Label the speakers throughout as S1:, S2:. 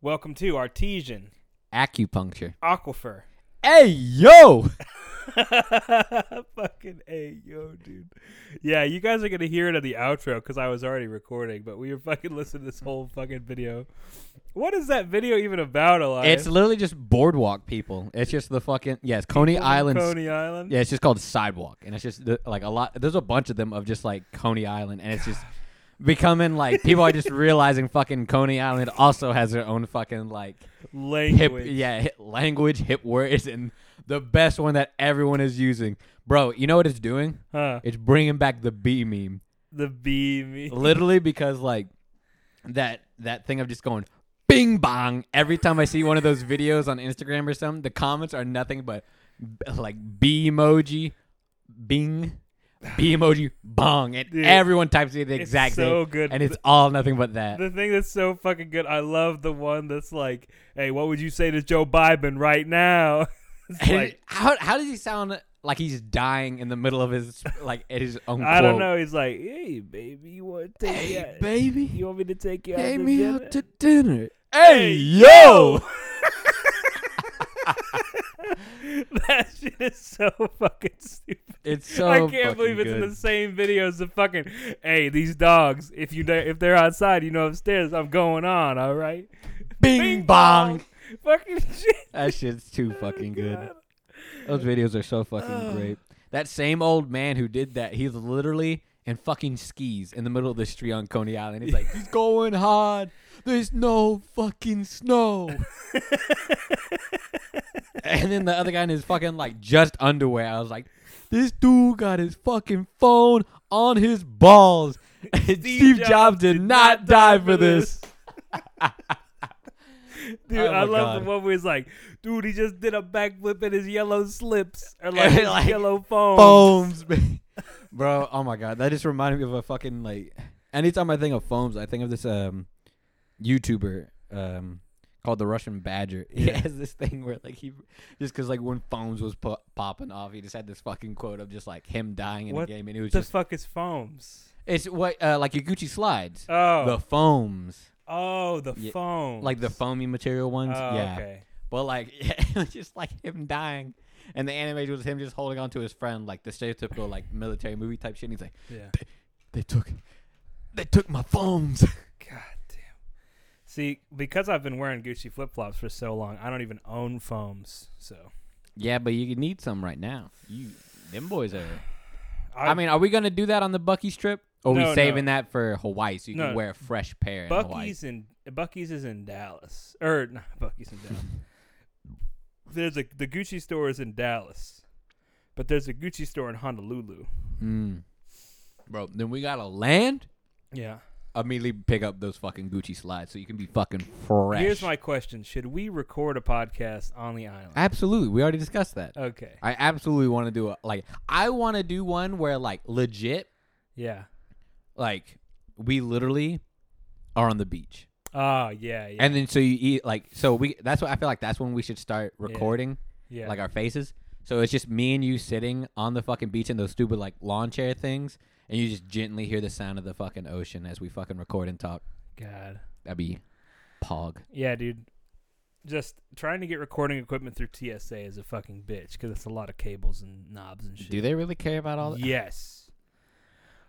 S1: Welcome to Artesian
S2: Acupuncture.
S1: Aquifer.
S2: Hey yo!
S1: Fucking A, yo, dude. Yeah, you guys are going to hear it on the outro because I was already recording, but we were fucking listening to this whole fucking video. What is that video even about, Elias?
S2: It's literally just boardwalk people. It's just the fucking yes, Coney
S1: People from
S2: Island.
S1: Coney Island?
S2: Yeah, it's just called sidewalk, and it's just the, like a lot. There's a bunch of them of just like Coney Island, and it's just becoming like people are just realizing fucking Coney Island also has their own fucking like hip,
S1: Language.
S2: yeah, hip language, hip words, and the best one that everyone is using, bro. You know what it's doing?
S1: Huh.
S2: It's bringing back the B meme.
S1: The B me.
S2: literally because like that that thing of just going bing bong every time i see one of those videos on instagram or something the comments are nothing but b- like b emoji bing b emoji bong and
S1: Dude,
S2: everyone types it the
S1: it's
S2: exact
S1: so
S2: thing
S1: good.
S2: and it's all nothing but that
S1: The thing that's so fucking good, I love the one that's like, "Hey, what would you say to Joe Biden right now?" it's
S2: And
S1: like,
S2: how, how does he sound like he's dying in the middle of his like at his own
S1: I don't
S2: quote?
S1: know. He's like, "Hey, baby, you want to take me
S2: hey
S1: out?
S2: baby
S1: You want me to take you out
S2: take
S1: to
S2: me
S1: dinner?"
S2: out to dinner hey yo
S1: that shit is so fucking stupid.
S2: it's so
S1: I can't
S2: fucking
S1: believe it's
S2: good.
S1: in the same video as the fucking. Hey, these dogs. If you if they're outside, you know upstairs. I'm going on. All right.
S2: Bing bong.
S1: Fucking shit.
S2: That shit's too fucking good.
S1: God.
S2: Those videos are so fucking great. That same old man who did that, he's literally in fucking skis in the middle of the street on Coney Island. He's like, he's going hard. There's no fucking snow. and then the other guy in his fucking like just underwear. I was like, this dude got his fucking phone on his balls. And Steve, Jobs, did not die for this.
S1: Dude,
S2: Oh
S1: I
S2: my
S1: love
S2: God.
S1: the one where he's like, dude, he just did a backflip in his yellow slips. Or like, his
S2: Like,
S1: yellow phone.
S2: foams, man. bro. Oh my god, that just reminded me of a fucking like. Anytime I think of foams, I think of this um, YouTuber um, called the Russian Badger. He
S1: Yeah.
S2: has this thing where like he just because like when foams was po- popping off, he just had this fucking quote of just like him dying in
S1: What
S2: the game, and it was
S1: the
S2: just
S1: fuck is foams?
S2: it's what uh, like your Gucci slides,
S1: Oh.
S2: the foams,
S1: oh, the
S2: Yeah,
S1: foams.
S2: like the foamy material
S1: Oh,
S2: ones. yeah,
S1: okay.
S2: but like it was just like him dying. And the animation was him just holding on to his friend, like the stereotypical like military movie type shit. And he's like,
S1: Yeah.
S2: They took they took my phones.
S1: God damn. See, because I've been wearing Gucci flip flops for so long, I don't even own foams. So
S2: Yeah, but you need some right now. You them boys are
S1: I,
S2: I, mean, are we gonna do that on the Bucky's trip? Or are
S1: No,
S2: we
S1: no.
S2: saving that for Hawaii so you
S1: No.
S2: can wear a fresh pair in Hawaii?
S1: Bucky's in Bucky's is in Dallas, or not Bucky's in Dallas. there's a the Gucci store is in Dallas, but there's a Gucci store in Honolulu.
S2: Mm. Bro, then we gotta land,
S1: Yeah.
S2: immediately pick up those fucking Gucci slides so you can be fucking fresh.
S1: Here's my question: Should we record a podcast on the island?
S2: Absolutely. We already discussed that.
S1: Okay.
S2: I absolutely want to do a like I want to do one where like legit
S1: Yeah.
S2: like we literally are on the beach.
S1: Oh, yeah, yeah,
S2: And then so you eat like so we that's what I feel like that's when we should start recording
S1: yeah.
S2: like our faces. So it's just me and you sitting on the fucking beach in those stupid like lawn chair things and you just gently hear the sound of the fucking ocean as we fucking record and talk.
S1: God.
S2: That'd be pog.
S1: Yeah, dude. Just trying to get recording equipment through TSA is a fucking bitch because it's a lot of cables and knobs and shit.
S2: Do they really care about all that?
S1: Yes.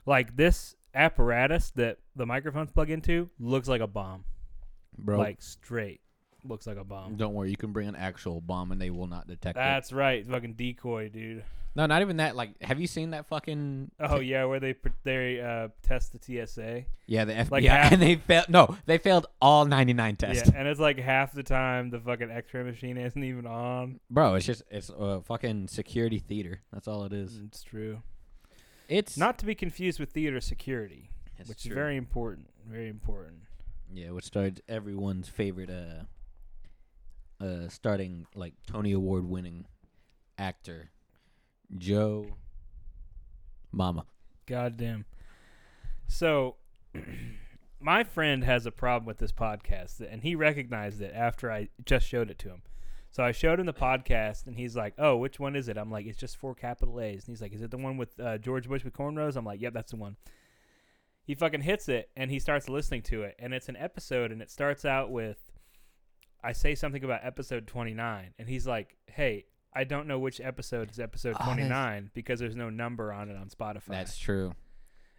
S1: Like this apparatus that the microphones plug into looks like a bomb.
S2: Bro,
S1: Like straight looks like a bomb.
S2: don't worry, you can bring an actual bomb and they will not detect it.
S1: That's right, fucking decoy, dude.
S2: No, not even that. Like have you seen that fucking
S1: Oh yeah, where they pr- they uh, test the TSA.
S2: Yeah, the FBI,
S1: Like half-
S2: and they failed. No, they failed all 99
S1: Yeah,
S2: tests.
S1: and it's like half the time the fucking X-ray machine isn't even on.
S2: Bro, it's just it's a fucking security theater. That's all it is.
S1: It's true.
S2: It's
S1: Not to be confused with theater security,
S2: it's
S1: which
S2: true.
S1: is very important. Very important.
S2: yeah, which started everyone's favorite uh uh starting like Tony Award winning actor Joe Mama.
S1: Goddamn. So, my friend has a problem with this podcast, and he recognized it after I just showed it to him. So I showed him the podcast, and he's like, "Oh, which one is it?" I'm like, "It's just four capital A's." And he's like, "Is it the one with uh, George Bush with cornrows?" I'm like, "Yep, that's the one." He fucking hits it, and he starts listening to it, and it's an episode, and it starts out with I say something about episode 29, and he's like, "Hey, I don't know which episode is episode
S2: Oh, that's-
S1: 29 because there's no number on it on Spotify."
S2: That's true.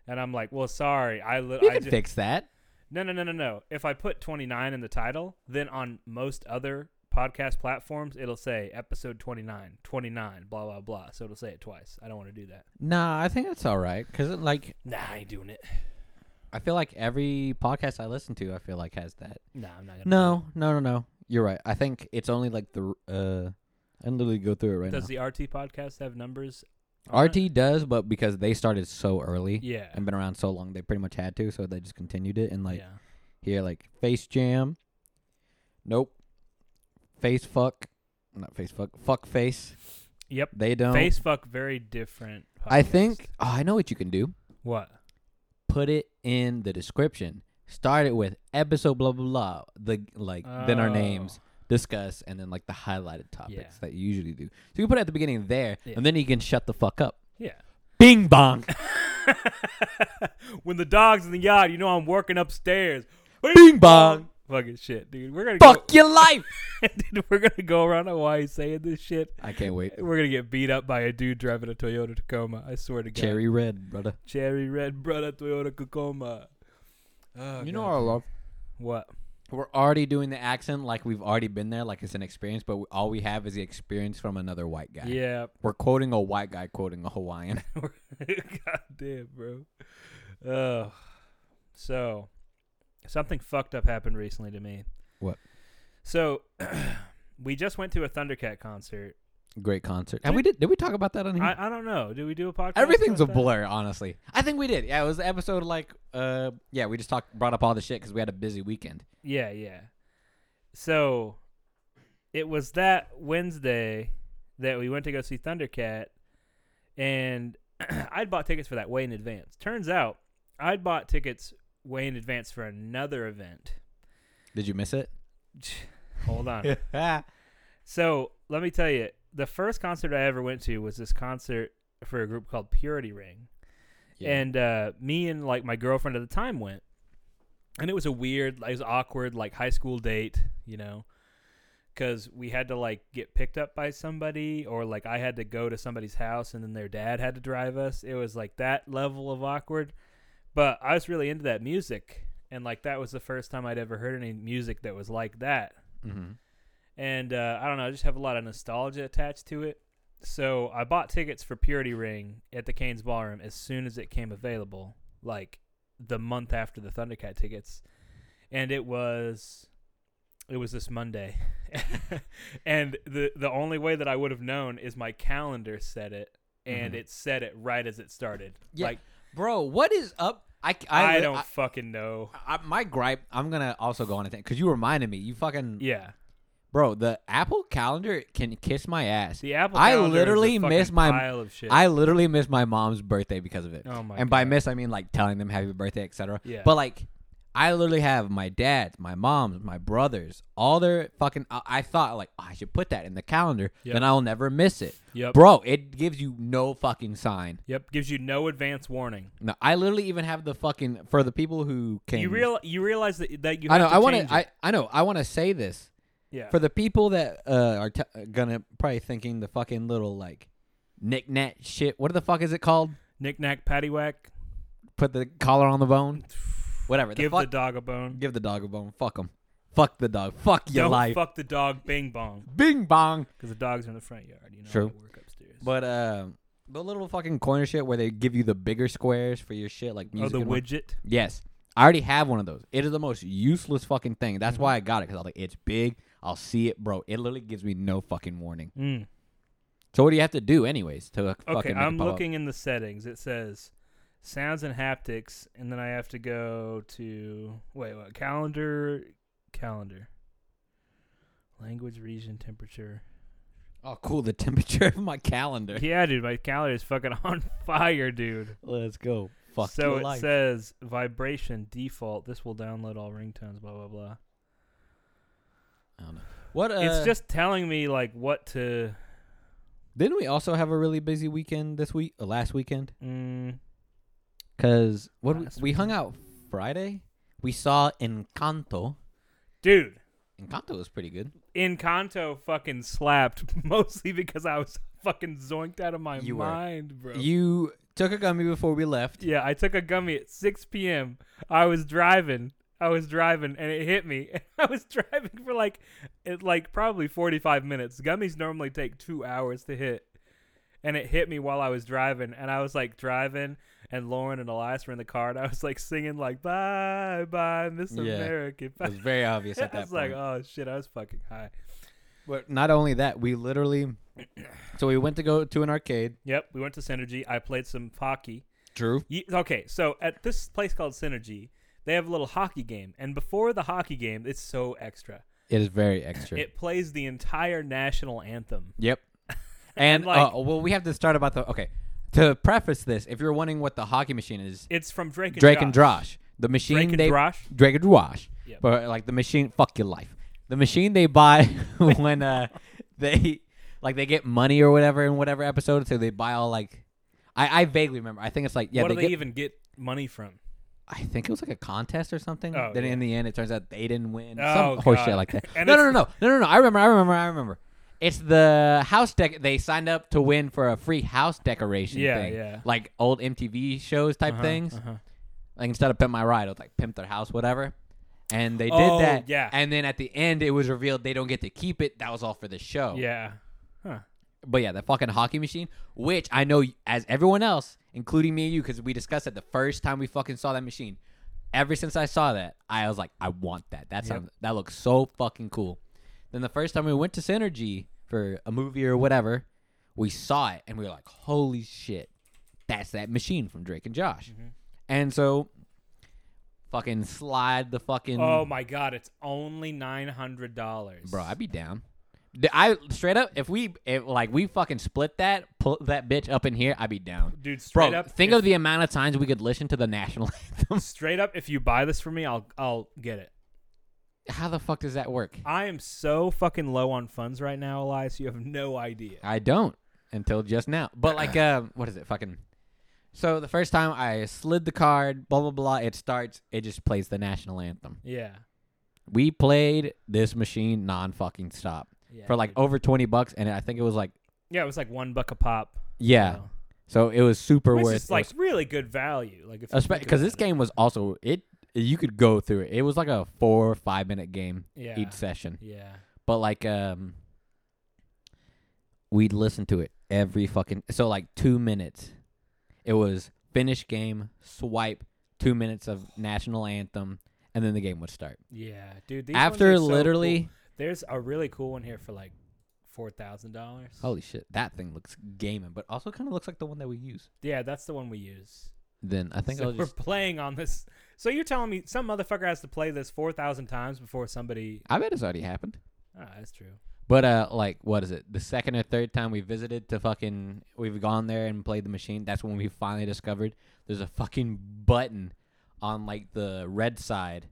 S1: and I'm like, "Well, sorry, I li-
S2: We
S1: I
S2: can
S1: ju-
S2: fix that.
S1: no no no no no. If I put 29 in the title, then on most other podcast platforms it'll say episode 29, 29, blah blah blah. So it'll say it twice. I don't want to do that.
S2: Nah, I think that's all right. Cause it, like
S1: Nah, I ain't doing it.
S2: I feel like every podcast I listen to, I feel like has that.
S1: Nah, I'm not gonna.
S2: No, no, no, no. You're right. I think it's only like the uh. I can literally go through it right
S1: Does the RT podcast have numbers?
S2: now.
S1: on
S2: RT
S1: it?
S2: does, but because they started so early
S1: Yeah.
S2: and been around so long, they pretty much had to. So they just continued it. And like
S1: yeah.
S2: here, like Face Jam. Nope. Face fuck. Not face fuck. Fuck face.
S1: Yep.
S2: They don't.
S1: Face fuck very different.
S2: I
S1: podcast.
S2: think. Oh, I know what you can do.
S1: what?
S2: put it in the description. Start it with episode blah blah blah. The like then our
S1: Oh.
S2: names discuss and then like the highlighted topics
S1: Yeah.
S2: that you usually do. So you put it at the beginning there,
S1: Yeah.
S2: and then you can shut the fuck up.
S1: Yeah.
S2: Bing bong,
S1: when the dog's in the yard, you know I'm working upstairs.
S2: bing bong.
S1: Fucking shit, dude. We're gonna
S2: Fuck your life.
S1: Go, dude, we're gonna go around Hawaii saying this shit.
S2: I can't wait.
S1: We're gonna get beat up by a dude driving a Toyota Tacoma. I swear to God.
S2: Cherry red, brother.
S1: Cherry red, brother Toyota Tacoma. Oh,
S2: you
S1: God.
S2: know what I love?
S1: what?
S2: We're already doing the accent like we've already been there, like it's an experience. But we, all we have is the experience from another white guy.
S1: Yeah.
S2: We're quoting a white guy quoting a Hawaiian.
S1: God damn, bro. Ugh. So, something fucked up happened recently to me.
S2: What?
S1: So, we just went to a Thundercat concert.
S2: Great concert. And we did. Did we talk about that on here?
S1: I, I don't know. Did we do a podcast?
S2: Mm-hmm. Everything's a
S1: about that?
S2: blur, honestly. I think we did. Yeah, it was the episode like, uh, yeah, we just talked, brought up all the shit because we had a busy weekend.
S1: Yeah, yeah. So, it was that Wednesday that we went to go see Thundercat, and I'd bought tickets for that way in advance. Turns out, I'd bought tickets way in advance for another event.
S2: Did you miss it?
S1: Hold on. So let me tell you, the first concert I ever went to was this concert for a group called Purity Ring, and uh, me and like my girlfriend at the time went, and it was a weird, like, it was awkward, like high school date, you know, because we had to like get picked up by somebody, or like I had to go to somebody's house, and then their dad had to drive us. It was like that level of awkward, but I was really into that music, and like that was the first time I'd ever heard any music that was like that
S2: hmm
S1: and uh, I don't know, I just have a lot of nostalgia attached to it. So I bought tickets for Purity Ring at the Canes Ballroom as soon as it came available, like the month after the Thundercat tickets, and it was it was this Monday, and the the only way that I would have known is my calendar said it, and
S2: Mhm.
S1: it said it right as it started.
S2: Yeah,
S1: like
S2: bro, what is up? I, c-
S1: I,
S2: li-
S1: don't fucking know.
S2: I- I- my gripe. I'm gonna also go on a thing because you reminded me. You fucking
S1: Yeah,
S2: bro, the Apple Calendar can kiss my ass.
S1: the Apple.
S2: I
S1: calendar is a
S2: literally
S1: fucking
S2: missed my-
S1: pile of shit.
S2: I literally missed my mom's birthday because of it.
S1: Oh my
S2: and by
S1: God.
S2: miss, I mean like telling them happy birthday, etc.
S1: Yeah.
S2: But like, I literally have my dad, my mom's, my brothers, all their fucking. I, I thought like "Oh, I should put that in the calendar,
S1: Yep.
S2: then I'll never miss it,
S1: yep,
S2: bro. It gives you no fucking sign.
S1: yep, gives you no advance warning.
S2: No, I literally even have the fucking for the people who can.
S1: You real you realize that that you.
S2: I
S1: Have
S2: know.
S1: To
S2: I want
S1: change
S2: to. I
S1: it.
S2: I know. I want to say this
S1: yeah.
S2: for the people that uh, are t- gonna probably thinking the fucking little like knick-knack shit. What the fuck is it called?
S1: Knick knack paddywhack.
S2: Put the collar on the bone. Whatever.
S1: Give
S2: the fuck
S1: the dog a bone.
S2: Give the dog a bone. Fuck him. Fuck the dog. Fuck your
S1: Don't
S2: life.
S1: fuck the dog. Bing bong.
S2: Bing bong.
S1: Because the dogs are in the front yard. You know.
S2: True.
S1: I Work upstairs.
S2: But uh, the little fucking corner shit where they give you the bigger squares for your shit, like
S1: oh,
S2: music.
S1: the
S2: and what-
S1: widget.
S2: Yes, I already have one of those. It is the most useless fucking thing.
S1: Mm-hmm.
S2: That's why I got it because I was like, it's big. I'll see it, bro. It literally gives me no fucking warning.
S1: Mm.
S2: So what do you have to do, anyways, to fucking?
S1: Okay,
S2: make it
S1: I'm
S2: pop up?
S1: looking in the settings. It says sounds and haptics, and then I have to go to wait, what calendar? Calendar. Language, region, temperature.
S2: Oh, cool. The temperature of my calendar.
S1: Yeah, dude, my calendar is fucking on fire, dude.
S2: Let's go. Fuck
S1: so uh,
S2: your
S1: it
S2: life.
S1: says vibration default. This will download all ringtones. Blah blah blah.
S2: I don't know. What? Uh,
S1: it's just telling me like what to.
S2: Didn't we also have a really busy weekend this week? uh, Last weekend.
S1: Mm,
S2: Cause what we,
S1: Last
S2: we hung out Friday, we saw Encanto.
S1: dude,
S2: Encanto was pretty good.
S1: Encanto fucking slapped mostly because I was fucking zoinked out of my
S2: You were.
S1: mind, bro.
S2: You took a gummy before we left.
S1: yeah, I took a gummy at 6 p.m. I was driving. I was driving and it hit me. I was driving for like it like probably 45 minutes. Gummies normally take 2 hours to hit. And it hit me while I was driving and I was like driving and Lauren and Elias were in the car and I was like singing like bye bye Miss
S2: Yeah.
S1: America.
S2: It was very obvious at
S1: I
S2: that
S1: was
S2: point.
S1: like, uh, "Oh shit, I was fucking high."
S2: But not only that, we literally. So we went to go to an arcade.
S1: Yep, we went to Synergy. I played some hockey.
S2: True.
S1: Ye- okay, so at this place called Synergy, they have a little hockey game, and before the hockey game, it's so extra.
S2: It is very extra.
S1: It plays the entire national anthem.
S2: Yep. And,
S1: like-
S2: uh, well, we have to start about the okay. To preface this, if you're wondering what the hockey machine is,
S1: It's from Drake and
S2: Drake
S1: Josh.
S2: and Drosh, the machine
S1: Drake and
S2: they
S1: Drosh?
S2: Drake and Drosh,
S1: Yep.
S2: but like the machine, fuck your life. The machine they buy when uh they like they get money or whatever in whatever episode, so they buy all like. I, I vaguely remember. I think it's like yeah,
S1: what
S2: they,
S1: do they
S2: get,
S1: even get money from?
S2: I think it was like a contest or something.
S1: Oh,
S2: then
S1: yeah.
S2: in the end, it turns out they didn't win.
S1: Oh,
S2: Some horse
S1: God.
S2: shit like that.
S1: And
S2: no, no, no,
S1: it's-
S2: no, no, no, no. I remember. I remember. I remember. It's the house deck. They signed up to win for a free house decoration
S1: Yeah,
S2: thing.
S1: yeah.
S2: Like old MTV shows type
S1: Uh-huh,
S2: things.
S1: uh-huh.
S2: Like instead of pimp my ride, it was like pimp their house, whatever. And they did
S1: Oh,
S2: that.
S1: yeah.
S2: And then at the end, it was revealed they don't get to keep it. That was all for the show.
S1: Yeah. Huh.
S2: But yeah, the fucking hockey machine, which I know y- as everyone else, including me and you, because we discussed it the first time we fucking saw that machine. Ever since I saw that, I was like, I want that. That sounds that looks so fucking cool. Then the first time we went to Synergy for a movie or whatever, we saw it and we were like, holy shit, that's that machine from Drake and Josh. And so, fucking slide the fucking.
S1: Oh my god, it's only $900.
S2: Hmm. Bro, I'd be down. D- I straight up, if we if, like we fucking split that, pull that bitch up in here, I'd be down.
S1: Dude,
S2: Bro,
S1: straight up.
S2: think
S1: if,
S2: of the amount of times we could listen to the national anthem.
S1: straight up if you buy this for me, I'll I'll get it.
S2: How the fuck does that work?
S1: I am so fucking low on funds right now, Elias. You have no idea.
S2: I don't until just now. But like, uh, what is it? Fucking. So the first time I slid the card, blah blah blah. It starts. It just plays the national anthem.
S1: Yeah.
S2: We played this machine non fucking stop
S1: Yeah,
S2: for like
S1: dude.
S2: over twenty bucks, and I think it was like
S1: Yeah, it was like one buck a pop.
S2: yeah.
S1: So-
S2: So it was super
S1: Which
S2: worth.
S1: is
S2: it
S1: like
S2: was
S1: really good value. Like if you think
S2: because this
S1: about it.
S2: game was also it you could go through it it was like a four or five minute game
S1: yeah,
S2: each session
S1: yeah,
S2: but like um we'd listen to it every fucking so like two minutes it was finish game swipe two minutes of national anthem and then the game would start
S1: yeah, dude. These ones are
S2: after
S1: so cool.
S2: literally
S1: there's a really cool one here for like four thousand dollars.
S2: holy shit that thing looks gaming but also kind of looks like the one that we use
S1: yeah, that's the one we use.
S2: then i think
S1: so
S2: i'll
S1: we're
S2: just
S1: playing on this. So you're telling me some motherfucker has to play this four thousand times before somebody?
S2: i bet it's already happened
S1: Ah, that's true.
S2: But uh, like, what is it? The second or third time we visited to fucking, we've gone there and played the machine. That's when we finally discovered there's a fucking button on like the red side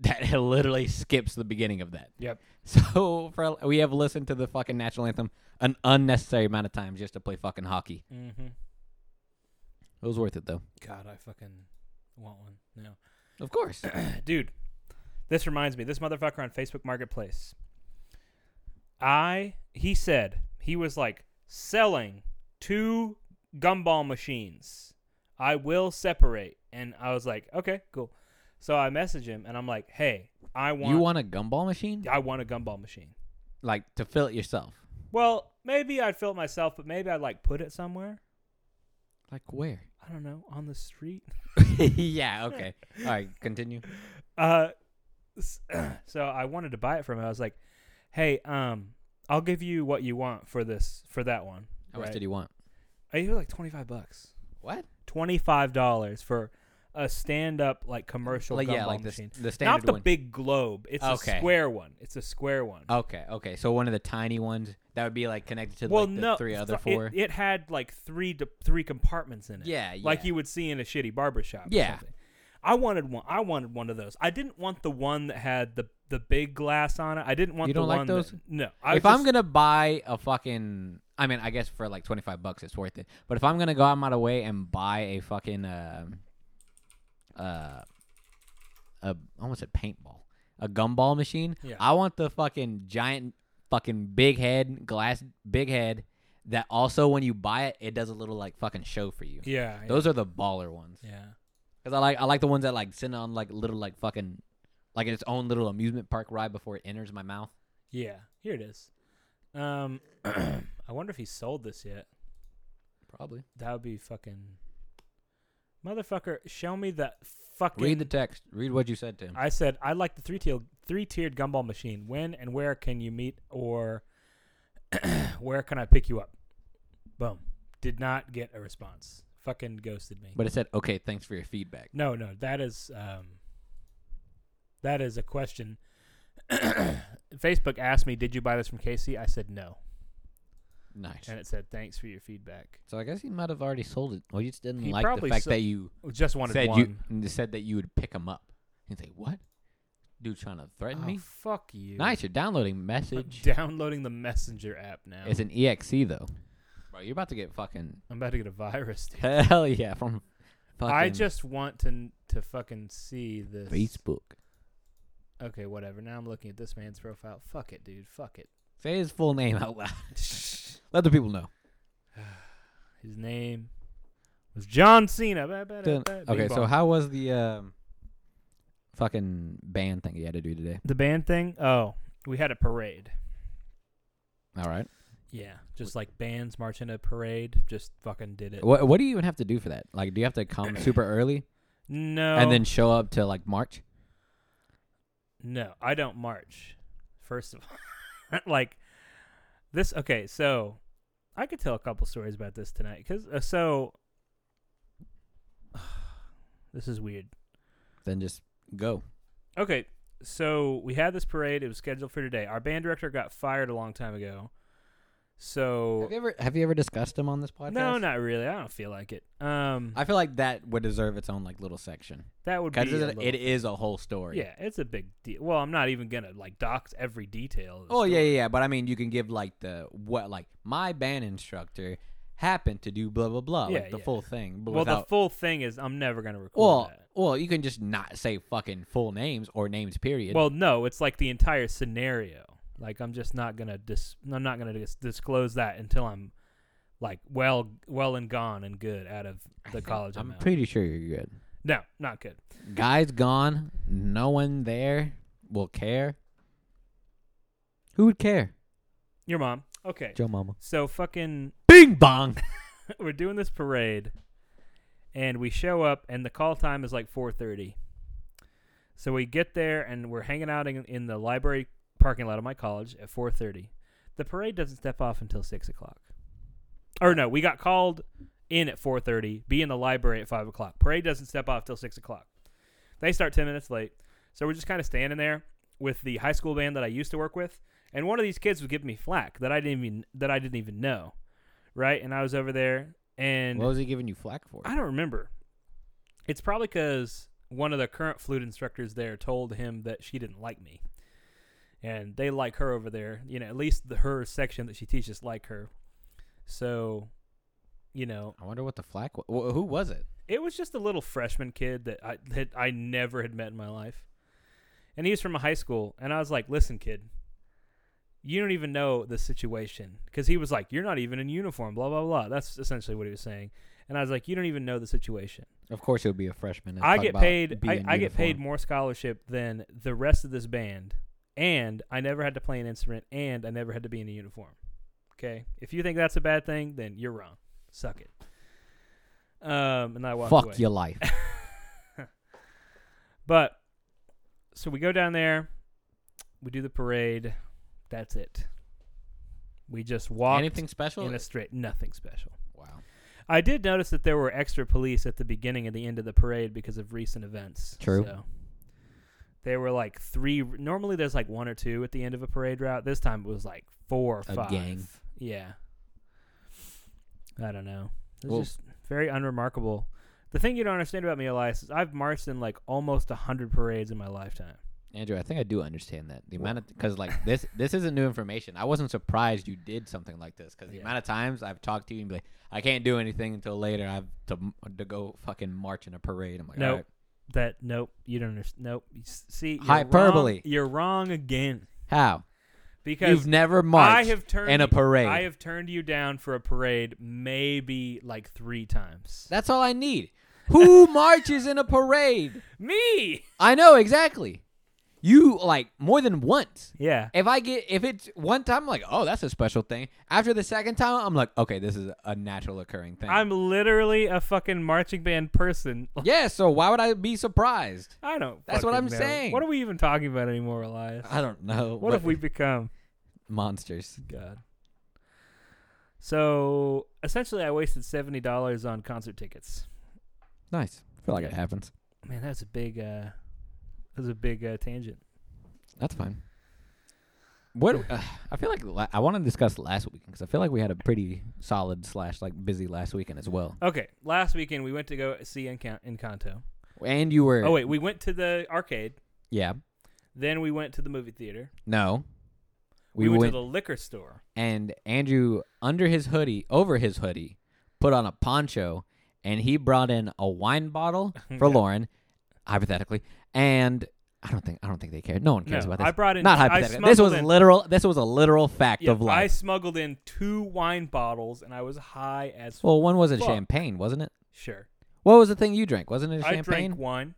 S2: that it literally skips the beginning of that.
S1: Yep.
S2: So for we have listened to the fucking national anthem an unnecessary amount of times just to play fucking hockey.
S1: Mm-hmm.
S2: It was worth it though.
S1: God, I fucking want one now.
S2: Of course.
S1: dude this reminds me this motherfucker on facebook marketplace i he said he was like selling two gumball machines i will separate and i was like okay cool so i message him and i'm like hey i want,
S2: you want a gumball machine?
S1: i want a gumball machine
S2: Like to fill it yourself?
S1: well maybe i'd fill it myself but maybe i'd like put it somewhere
S2: Like where?
S1: i don't know on the street
S2: yeah. Okay. All right. Continue.
S1: Uh, s- so I wanted to buy it from him. I was like, "Hey, um, I'll give you what you want for this for that one."
S2: How much
S1: right?
S2: did he want?
S1: Uh, he was like twenty five bucks,
S2: What?
S1: twenty five dollars for a stand up like commercial
S2: Like,
S1: gumball
S2: yeah, like the,
S1: machine.
S2: s- the standard
S1: Not the
S2: one.
S1: big globe. It's
S2: Okay.
S1: a square one. It's a square one.
S2: Okay, okay. So one of the tiny ones that would be like connected to
S1: well,
S2: like the
S1: no,
S2: three other
S1: it-
S2: four.
S1: It, had like three to three compartments in it.
S2: yeah, yeah.
S1: like you would see in a shitty barber shop. or
S2: Yeah.
S1: something. I wanted one. I wanted one of those. I didn't want the one that had the the big glass on it. I didn't want
S2: You
S1: the
S2: don't like
S1: one
S2: those?
S1: That, no. I
S2: if
S1: just-
S2: I'm gonna buy a fucking, I mean, I guess for like twenty five bucks, it's worth it. But if I'm gonna go out my way and buy a fucking, um uh, a I almost said paintball, a gumball machine.
S1: Yeah.
S2: I want the fucking giant, fucking big head, glass big head. That also, when you buy it, it does a little like fucking show for you.
S1: Yeah. yeah,
S2: Those are the baller ones.
S1: Yeah.
S2: Cause I like I like the ones that like sit on like little like fucking, like its own little amusement park ride before it enters my mouth.
S1: Yeah. Here it is. Um, I wonder if he sold this yet.
S2: Probably.
S1: That would be fucking. Motherfucker, show me that fucking.
S2: Read the text. Read what you said to him.
S1: I said I like the three tier three tiered gumball machine. When and where can you meet, or where can I pick you up? Boom. Did not get a response. Fucking ghosted me.
S2: But it said, "Okay, thanks for your feedback."
S1: No, no, that is um, that is a question. Facebook asked me, "Did you buy this from Casey?" I said no,
S2: Nice.
S1: and it said, "Thanks for your feedback."
S2: So I guess he might have already sold it. Well, you just didn't
S1: He
S2: like the
S1: probably
S2: fact
S1: so-
S2: that you
S1: Just wanted
S2: said
S1: one.
S2: you and they said that you would pick him up. He's like, "What? Dude, trying to threaten
S1: Oh,
S2: me?"
S1: Fuck you.
S2: Nice. You're downloading
S1: I'm
S2: message.
S1: downloading the messenger app now.
S2: It's an exe though. Bro, you're about to get fucking
S1: I'm about to get a virus. Dude.
S2: hell yeah from fucking
S1: I just want to to fucking see this.
S2: Facebook.
S1: Okay, whatever. Now I'm looking at this man's profile. Fuck it, dude. Fuck it.
S2: Say his full name out loud. Let the people know.
S1: His name was John Cena. Ba- ba- da-
S2: Dun-
S1: ba-
S2: Okay,
S1: bing
S2: so
S1: bong.
S2: how was the um, fucking band thing you had to do today?
S1: the band thing? Oh, we had a parade.
S2: All right.
S1: Yeah, just like bands marching a parade. Just fucking did it.
S2: What What do you even have to do for that? Like, do you have to come super early
S1: No,
S2: and then show up to like March?
S1: no, I don't march. First of all, like this. Okay, so I could tell a couple stories about this tonight because uh, so this is weird.
S2: Then just go.
S1: Okay, so we had this parade. It was scheduled for today. Our band director got fired a long time ago. So
S2: Have you ever Have you ever discussed him on this podcast?
S1: no, not really. I don't feel like it. Um,
S2: I feel like that would deserve its own like little section
S1: that would be
S2: because
S1: a
S2: it,
S1: little-
S2: it is a whole story.
S1: yeah, it's a big deal. Well, I'm not even gonna like dox every detail. of the
S2: Oh yeah,
S1: story.
S2: yeah, yeah. But I mean, you can give like the what like my band instructor happened to do blah blah blah.
S1: Yeah,
S2: like the
S1: yeah.
S2: full thing. But
S1: Well, the
S2: without,
S1: full thing is I'm never gonna record
S2: well,
S1: that.
S2: well, you can just not say fucking full names or names period.
S1: Well, no, it's like the entire scenario. Like I'm just not gonna dis. I'm not gonna dis- disclose that until I'm like well, well and gone and good out of
S2: I
S1: the
S2: think-
S1: college.
S2: I'm
S1: out.
S2: pretty sure you're good.
S1: no, not good.
S2: Guy's gone. No one there will care. Who would care?
S1: Your mom. Okay.
S2: Joe Mama.
S1: So fucking
S2: Bing bong.
S1: we're doing this parade and we show up and the call time is like 4:30. So we get there and we're hanging out in, in the library parking lot of my college at 4:30. The parade doesn't step off until 6 o'clock. Or no, we got called in at 4:30, be in the library at 5 o'clock. Parade doesn't step off till 6 o'clock. They start 10 minutes late. So we're just kind of standing there with the high school band that I used to work with. And one of these kids was giving me flack that I didn't even that I didn't even know, right? And I was over there, and
S2: what was he giving you flack for?
S1: I don't remember. It's probably because one of the current flute instructors there told him that she didn't like me, and they like her over there. You know, at least the her section that she teaches like her. So, you know,
S2: I wonder what the flack was. Wh- who was it?
S1: it was just a little freshman kid that I that I never had met in my life, and he was from a high school. And I was like, "Listen, kid, you don't even know the situation," because he was like, "You're not even in uniform." Blah blah blah. That's essentially what he was saying. And I was like, "You don't even know the situation."
S2: Of course, it would be a freshman. and
S1: I
S2: talk
S1: get
S2: about
S1: paid. I,
S2: being
S1: I get paid
S2: uniform.
S1: more scholarship than the rest of this band, and I never had to play an instrument, and I never had to be in a uniform. Okay, if you think that's a bad thing, then you're wrong. Suck it. Um, and I walked
S2: Fuck
S1: away.
S2: your life.
S1: But so we go down there, we do the parade. That's it. We just walk
S2: Anything special?
S1: in a straight, nothing special.
S2: wow.
S1: I did notice that there were extra police at the beginning and the end of the parade because of recent events.
S2: True.
S1: So there were like three. Normally, there's like one or two at the end of a parade route. This time it was like four or
S2: A
S1: five.
S2: gang.
S1: Yeah. I don't know. It's
S2: Well-
S1: just very unremarkable. The thing you don't understand about me, Elias, is I've marched in like almost a hundred parades in my lifetime.
S2: Andrew, I think I do understand that the amount of because like this this isn't new information. I wasn't surprised you did something like this because the
S1: Yeah.
S2: amount of times I've talked to you and be like, I can't do anything until later. I have to to go fucking march in a parade. I'm like,
S1: No.
S2: all right,
S1: That nope, you don't understand. Nope. You s- See, you're
S2: Hyperbole.
S1: wrong- You're wrong again
S2: How?
S1: because
S2: You've never
S1: I
S2: marched
S1: have turned
S2: in a
S1: you-
S2: parade.
S1: I have turned you down for a parade maybe like three times.
S2: That's all I need. Who marches in a parade?
S1: Me.
S2: I know exactly. You like more than once.
S1: Yeah.
S2: If I get if it's one time, I'm like, oh, that's a special thing. After the second time, I'm like, okay, this is a natural occurring thing.
S1: I'm literally a fucking marching band person.
S2: yeah, so why would I be surprised?
S1: I don't.
S2: That's what
S1: fucking
S2: I'm
S1: know.
S2: saying. Uh,
S1: What are we even talking about anymore, Elias?
S2: I don't know.
S1: What
S2: but-
S1: have we become?
S2: monsters?
S1: God. So essentially, I wasted seventy dollars on concert tickets.
S2: Nice. I feel like it happens.
S1: Man, that's a big, uh, that's a big uh, tangent.
S2: That's fine. What uh, I feel like la- I want to discuss last weekend because I feel like we had a pretty solid slash like busy last weekend as well.
S1: Okay, last weekend we went to go see Encan- Encanto.
S2: And you were
S1: Oh wait, we went to the arcade.
S2: yeah
S1: Then we went to the movie theater.
S2: no
S1: We, went, to the liquor store.
S2: and Andrew under his hoodie, over his hoodie, put on a poncho, and he brought in a wine bottle for
S1: Yeah.
S2: Lauren, hypothetically, and I don't think I don't think they cared. No one cares
S1: No,
S2: about this.
S1: I brought in.
S2: Not
S1: I
S2: hypothetical. This
S1: smuggled
S2: was
S1: in-
S2: literal. This was a literal fact
S1: yeah,
S2: of
S1: I
S2: life.
S1: smuggled in two wine bottles, and I was high as
S2: well, one was a
S1: Fuck.
S2: champagne, wasn't it?
S1: sure.
S2: What was the thing you drank? Wasn't it a
S1: I
S2: champagne? Oh.
S1: drank one.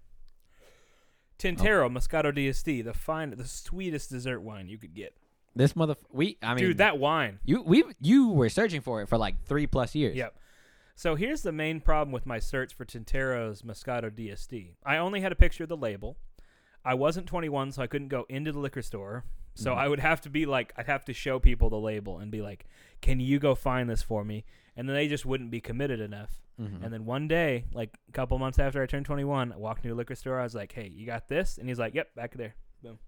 S1: Tintero Moscato DST, the fine, the sweetest dessert wine you could get.
S2: this mother. We. I mean,
S1: Dude, that wine.
S2: you we you were searching for it for like three plus years.
S1: Yep. So here's the main problem with my search for Tintero's Moscato DST. I only had a picture of the label. I wasn't 21, so I couldn't go into the liquor store. So
S2: Mm-hmm.
S1: I would have to be like, I'd have to show people the label and be like, "Can you go find this for me?" And then they just wouldn't be committed enough.
S2: Mhm.
S1: And then one day, like a couple months after I turned 21, I walked into a liquor store. I was like, "Hey, you got this?" And he's like, "Yep, back there." Boom.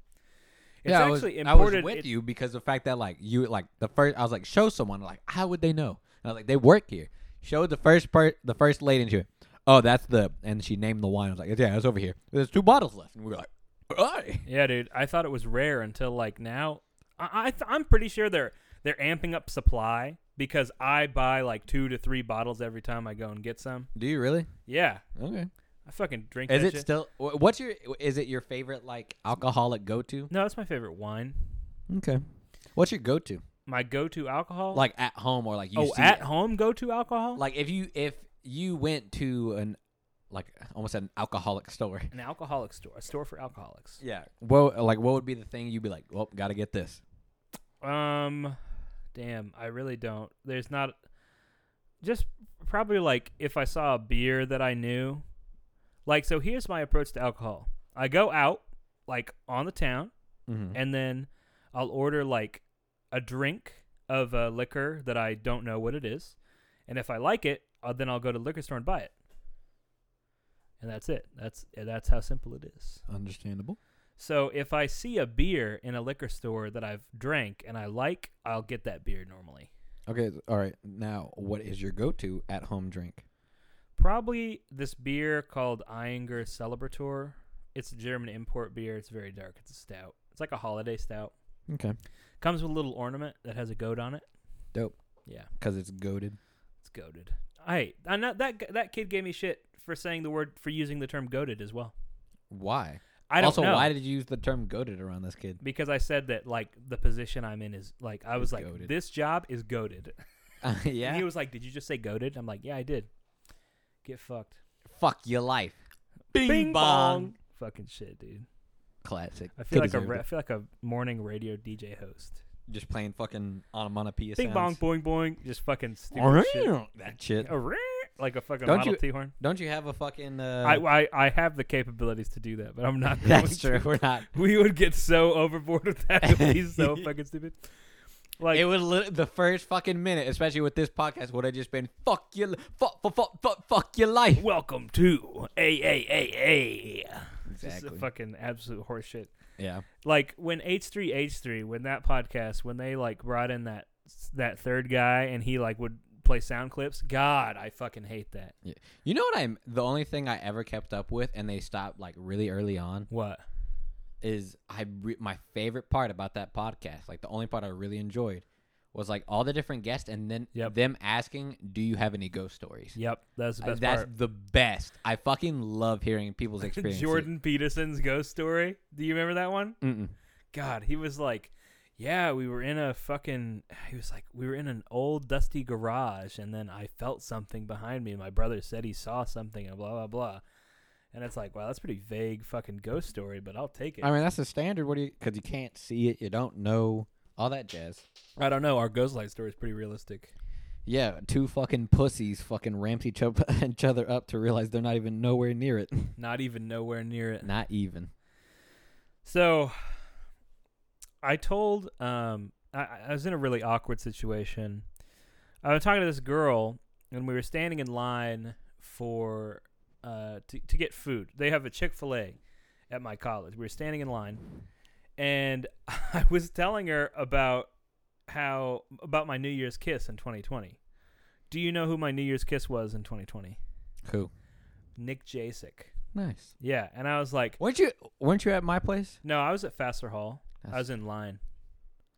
S1: It's
S2: yeah,
S1: actually
S2: I was,
S1: imported.
S2: I was with
S1: it-
S2: you because the fact that like you like the first, I was like, show someone. Like, how would they know? And I was like, they work here. Showed the first part, the first lady, and she went, "Oh, that's the." And she named the wine. I was like, "Yeah, it's over here. There's two bottles left." And we were like, "All right."
S1: Yeah, dude. I thought it was rare until like now. I, I th- I'm pretty sure they're they're amping up supply because I buy like two to three bottles every time I go and get some.
S2: Do you really?
S1: Yeah,
S2: Okay.
S1: I fucking drink.
S2: Is
S1: that
S2: it
S1: shit.
S2: still? wh- What's your? Is it your favorite like alcoholic go to?
S1: no, that's my favorite wine.
S2: Okay. What's your go to?
S1: My go-to alcohol.
S2: Like at home or like you
S1: oh,
S2: see
S1: at home go-to alcohol.
S2: like if you if you went to an like almost an alcoholic store.
S1: an alcoholic store, a store for alcoholics.
S2: Yeah. Well, like what would be the thing you'd be like? Well, gotta get this.
S1: Um, damn, I really don't. There's not. Just probably like if I saw a beer that I knew. Like, so here's my approach to alcohol I go out, like, on the town,
S2: Mm-hmm.
S1: and then I'll order, like, a drink of a liquor that I don't know what it is. And if I like it, uh, then I'll go to the liquor store and buy it. And that's it. That's that's how simple it is.
S2: Understandable.
S1: So if I see a beer in a liquor store that I've drank and I like, I'll get that beer normally.
S2: Okay. All right. Now, what is your go-to at-home drink?
S1: Probably this beer called Eyinger Celebrator. It's a German import beer. It's very dark. It's a stout. It's like a holiday stout.
S2: Okay.
S1: Comes with a little ornament that has a goat on it.
S2: Dope.
S1: Yeah,
S2: Because it's goaded.
S1: it's goaded. Hey, I know that g- that kid gave me shit for saying the word for using the term goaded as well.
S2: Why?
S1: I don't
S2: also,
S1: know
S2: why did you use the term goaded around this kid?
S1: because I said that like the position I'm in is like I was
S2: Is
S1: like
S2: goated.
S1: this job is goaded. And he
S2: yeah.
S1: was like, "Did you just say goaded?" I'm like, "Yeah, I did." Get fucked.
S2: Fuck your life.
S1: Fucking shit, dude.
S2: Classic.
S1: I feel
S2: Kid
S1: like a
S2: deserved
S1: ra- I
S2: it.
S1: feel like a morning radio DJ host.
S2: just playing fucking onomatopoeia
S1: Bing
S2: sounds.
S1: bong boing boing, just fucking stupid shit.
S2: Arrgh. That shit.
S1: Arrgh. Like a fucking
S2: Don't
S1: Model
S2: you-
S1: T horn.
S2: Don't you have a fucking? Uh,
S1: I, I I have the capabilities to do that, but I'm not.
S2: that's
S1: going
S2: true.
S1: to.
S2: We're not.
S1: We would get so overboard with that. It would be so fucking stupid. Like
S2: it would lit the first fucking minute, especially with this podcast, would have just been fuck your li- fuck fuck fuck fuck, fuck your life.
S1: welcome to a a a a. Just a
S2: Exactly.
S1: fucking absolute horseshit.
S2: Yeah.
S1: like when H three H three when that podcast when they like brought in that that third guy and he like would play sound clips. God, I fucking hate that.
S2: yeah. You know what I'm? The only thing I ever kept up with, and they stopped like really early on,
S1: What?
S2: is I re- my favorite part about that podcast. Like the only part I really enjoyed was like all the different guests and then
S1: Yep.
S2: them asking, "Do you have any ghost stories?"
S1: Yep, that's the
S2: Uh,
S1: best
S2: That's
S1: part.
S2: the best. I fucking love hearing people's experiences.
S1: Jordan Peterson's ghost story. Do you remember that one?
S2: Mm-mm.
S1: God, he was like, yeah, we were in a fucking. He was like, we were in an old dusty garage, and then I felt something behind me. My brother said he saw something, and blah blah blah. And it's like, wow, that's pretty vague, fucking ghost story, but I'll take it.
S2: I mean, that's the standard. What do you? Because you can't see it, you don't know all that jazz.
S1: I don't know. Our ghost light story is pretty realistic.
S2: Yeah, two fucking pussies fucking ramps each, up, each other up to realize they're not even nowhere near it.
S1: Not even nowhere near it.
S2: Not even.
S1: So I told um I, I- I was in a really awkward situation. I was talking to this girl and we were standing in line for uh to, to get food. They have a Chick-fil-A at my college. We were standing in line and I was telling her about how about my New Year's kiss in 2020. Do you know who my New Year's kiss was in 2020?
S2: Who?
S1: Nick Jasic.
S2: Nice.
S1: Yeah, and I was like,
S2: Weren't you? Weren't you at my place?
S1: "No, I was at Faster Hall. I
S2: That's-
S1: was in line."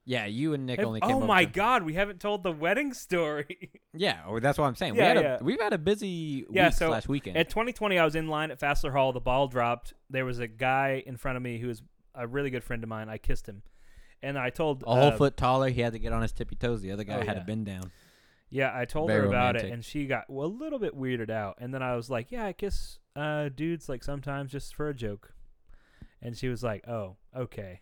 S2: Yeah, you and Nick
S1: Have-
S2: only. Came
S1: oh
S2: over
S1: my
S2: to-
S1: god, we haven't told the wedding story.
S2: Yeah, or that's what I'm saying. we
S1: Yeah,
S2: had
S1: yeah.
S2: a we've had a busy
S1: Yeah,
S2: week
S1: so
S2: slash weekend.
S1: at 2020, I was in line at Fassler Hall. The ball dropped. There was a guy in front of me who was a really good friend of mine. I kissed him, and I told
S2: a whole
S1: uh,
S2: foot taller, he had to get on his tippy toes. The other guy
S1: Oh,
S2: had
S1: yeah.
S2: to bend down.
S1: Yeah, I told her
S2: Very
S1: about it,
S2: romantic.
S1: and she got well, a little bit weirded out. And then I was like, "Yeah, I kiss uh, dudes like sometimes just for a joke," and she was like, "Oh, okay."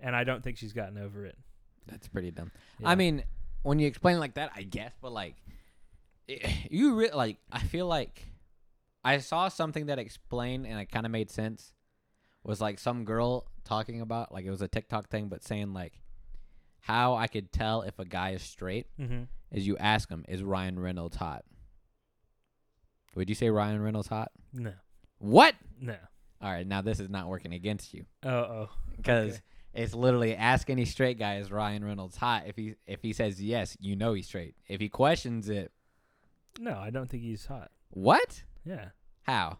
S1: And I don't think she's gotten over it.
S2: That's pretty dumb.
S1: Yeah.
S2: I mean, when you explain it like that, I guess, but like, it- you re- like, I feel like I saw something that explained and it kind of made sense. Was like some girl talking about like it was a TikTok thing, but saying like how I could tell if a guy is straight
S1: hmm
S2: is you ask him, is Ryan Reynolds hot? Would you say Ryan Reynolds hot?
S1: no,
S2: What?
S1: no.
S2: All right, now this is not working against you
S1: Uh oh.
S2: because
S1: Okay.
S2: it's literally ask any straight guy is Ryan Reynolds hot. If he if he says yes, you know he's straight. If he questions it,
S1: No, I don't think he's hot.
S2: what?
S1: Yeah.
S2: How?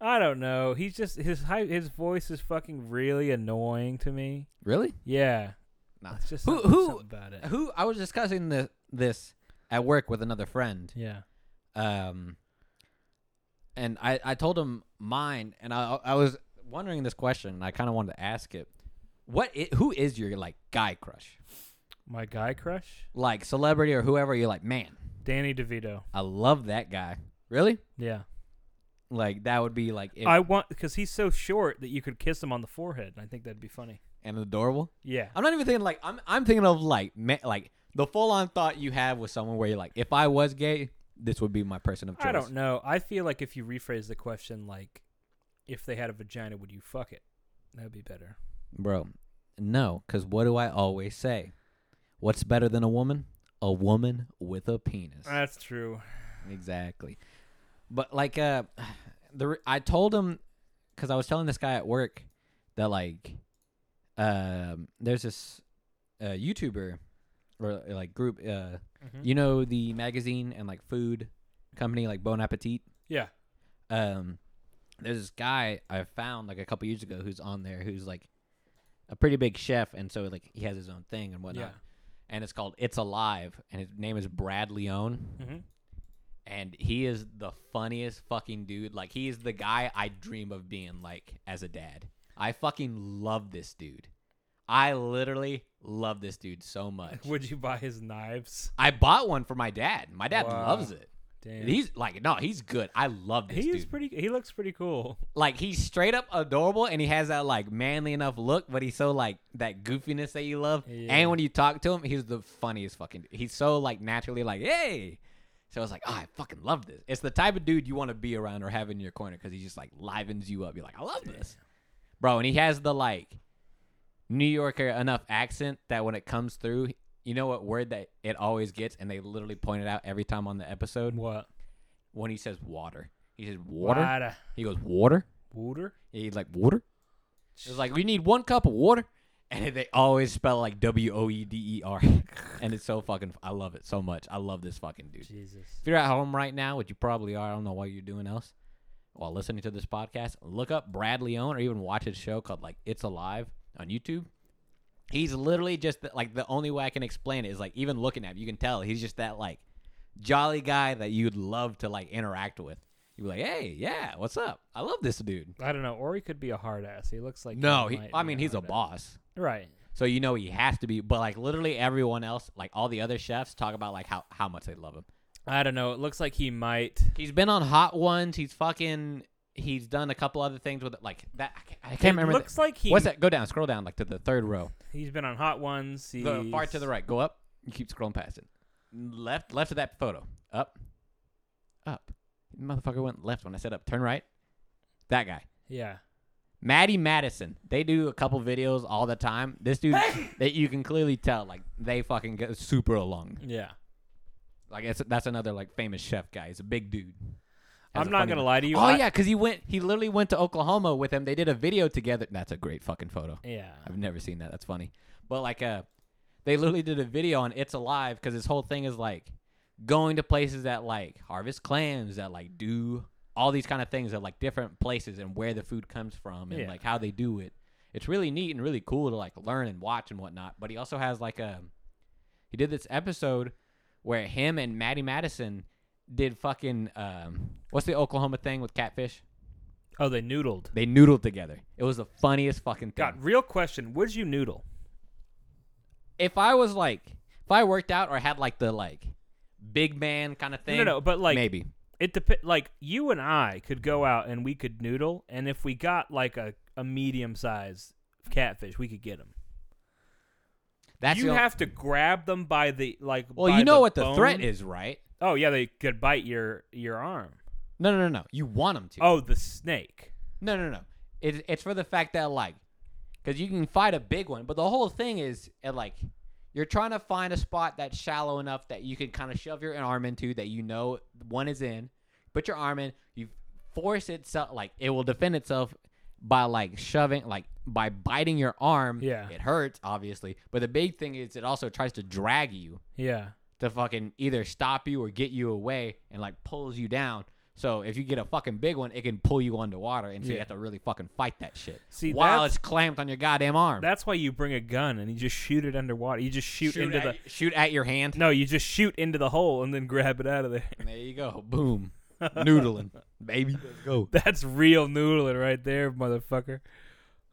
S1: I don't know. He's just his hi- his voice is fucking really annoying to me.
S2: Really?
S1: Yeah,
S2: Nah.
S1: it's just
S2: Who-
S1: something,
S2: who-
S1: something about it.
S2: Who? I was discussing the, this at work with another friend.
S1: Yeah,
S2: Um, and I I told him mine, and I I was wondering this question, and I kind of wanted to ask it. What? i who is your like guy crush?
S1: my guy crush,
S2: Like celebrity or whoever? You're like, man,
S1: Danny DeVito.
S2: I love that guy. Really?
S1: Yeah,
S2: Like that would be like if,
S1: I want because he's so short that you could kiss him on the forehead, and I think that'd be funny.
S2: and adorable.
S1: Yeah,
S2: I'm not even thinking like I'm. I'm thinking of like ma- like the full on thought you have with someone where you're like, if I was gay, this would be my person of choice.
S1: I don't know. I feel like if you rephrase the question like, if they had a vagina, would you fuck it? That'd be better.
S2: bro. No, because what do I always say? What's better than a woman? A woman with a penis.
S1: That's true.
S2: exactly. But like, uh, the re- I told him because I was telling this guy at work that like, um, there's this uh, YouTuber or like group uh.
S1: Mm-hmm.
S2: You know the magazine and like food company like Bon Appetit.
S1: Yeah.
S2: Um, there's this guy I found like a couple years ago who's on there who's like a pretty big chef, and so like he has his own thing and whatnot.
S1: Yeah.
S2: And it's called It's Alive, and his name is Brad Leone,
S1: hmm
S2: and he is the funniest fucking dude. Like he is the guy I dream of being like as a dad. I fucking love this dude. I literally love this dude so much.
S1: Would you buy his knives?
S2: I bought one for my dad. My dad
S1: Wow.
S2: loves it.
S1: Damn.
S2: He's like, no, he's good. I love this
S1: He is
S2: dude.
S1: pretty. He looks pretty cool.
S2: like, he's straight up adorable, and he has that like manly enough look, but he's so like that goofiness that you love.
S1: Yeah.
S2: And when you talk to him, he's the funniest fucking. Dude. He's so like naturally like, hey. So I was like, oh, I fucking love this. It's the type of dude you want to be around or have in your corner because he just like livens you up. You're like, I love this, bro. And he has the like New Yorker enough accent that when it comes through, you know what word that it always gets, and they literally point it out every time on the episode
S1: What?
S2: when he says water. He says water.
S1: Wada.
S2: He goes water.
S1: Water.
S2: He's like water. It's like we need one cup of water, and they always spell it like W O E D E R, and it's so fucking. I love it so much. I love this fucking dude. If
S1: Jesus.
S2: you're at home right now, which you probably are, I don't know what you're doing else while listening to this podcast. Look up Brad Leone or even watch his show called like It's Alive on YouTube. He's literally just the, like the only way I can explain it is like even looking at him, you can tell he's just that like jolly guy that you'd love to like interact with. You'd be like, hey, yeah, what's up? I love this dude.
S1: I don't know. Or he could be a hard ass. He looks like
S2: No, he,
S1: might
S2: I
S1: be
S2: mean he's a
S1: hard ass.
S2: boss.
S1: Right.
S2: So you know he has to be, but like literally everyone else, like all the other chefs, talk about like how how much they love him.
S1: I don't know. It looks like he might.
S2: He's been on Hot Ones. He's fucking. He's done a couple other things with it, like that. I can't, I can't
S1: it
S2: remember. the-
S1: Looks like he.
S2: What's that? Go down. Scroll down, like to the third row.
S1: He's been on Hot Ones. He's,
S2: Go far to the right. Go up. You keep scrolling past it. Left, left of that photo. Up, up. Motherfucker went left when I said up. Turn right. That guy,
S1: Yeah.
S2: Maddie Madison. They do a couple videos all the time. This dude, that you can clearly tell, like they fucking go super along.
S1: Yeah.
S2: Like it's, that's another like famous chef guy. He's a big dude. Has
S1: I'm
S2: a
S1: not
S2: funny
S1: gonna
S2: name.
S1: lie to you.
S2: Oh
S1: I-
S2: yeah, because he went. He literally went to Oklahoma with him. They did a video together. That's a great fucking photo.
S1: Yeah.
S2: I've never seen that. That's funny. But like, uh, they literally did a video on "It's Alive" because his whole thing is like going to places that like harvest clams, that like do all these kind of things at like different places and where the food comes from and
S1: Yeah.
S2: like how they do it. It's really neat and really cool to like learn and watch and whatnot. But he also has like a he did this episode where him and Maddie Madison did fucking um what's the Oklahoma thing with catfish?
S1: Oh, they noodled.
S2: They noodled together. It was the funniest fucking thing.
S1: God, real question. Would you noodle?
S2: if I was like if I worked out or had like the like big man kind of thing.
S1: no, no, but, like,
S2: maybe.
S1: It depends. Like you and I could go out and we could noodle, and if we got like a, a medium sized catfish, we could get them.
S2: That's
S1: you
S2: the only-
S1: have to grab them by the like.
S2: Well,
S1: by
S2: you know what the
S1: bone.
S2: threat is, right?
S1: Oh yeah, they could bite your your arm.
S2: No, no, no, no. You want them to.
S1: Oh, the snake.
S2: No, no, no. It's it's for the fact that like cuz you can fight a big one, but the whole thing is at like you're trying to find a spot that's shallow enough that you can kind of shove your arm into that you know one is in. Put your arm in, you force itself like it will defend itself by like shoving like by biting your arm.
S1: Yeah.
S2: It hurts obviously, but the big thing is it also tries to drag you
S1: Yeah.
S2: to fucking either stop you or get you away and like pulls you down. So if you get a fucking big one, it can pull you underwater, and so you
S1: Yeah.
S2: have to really fucking fight that shit.
S1: See,
S2: while
S1: that's-
S2: it's clamped on your goddamn arm,
S1: That's why you bring a gun and you just shoot it underwater. You just shoot, into
S2: at,
S1: the
S2: shoot at your hand.
S1: no. You just shoot into the hole and then grab it out of there.
S2: And there you go, boom, noodling, baby, let's go.
S1: That's real noodling right there, motherfucker.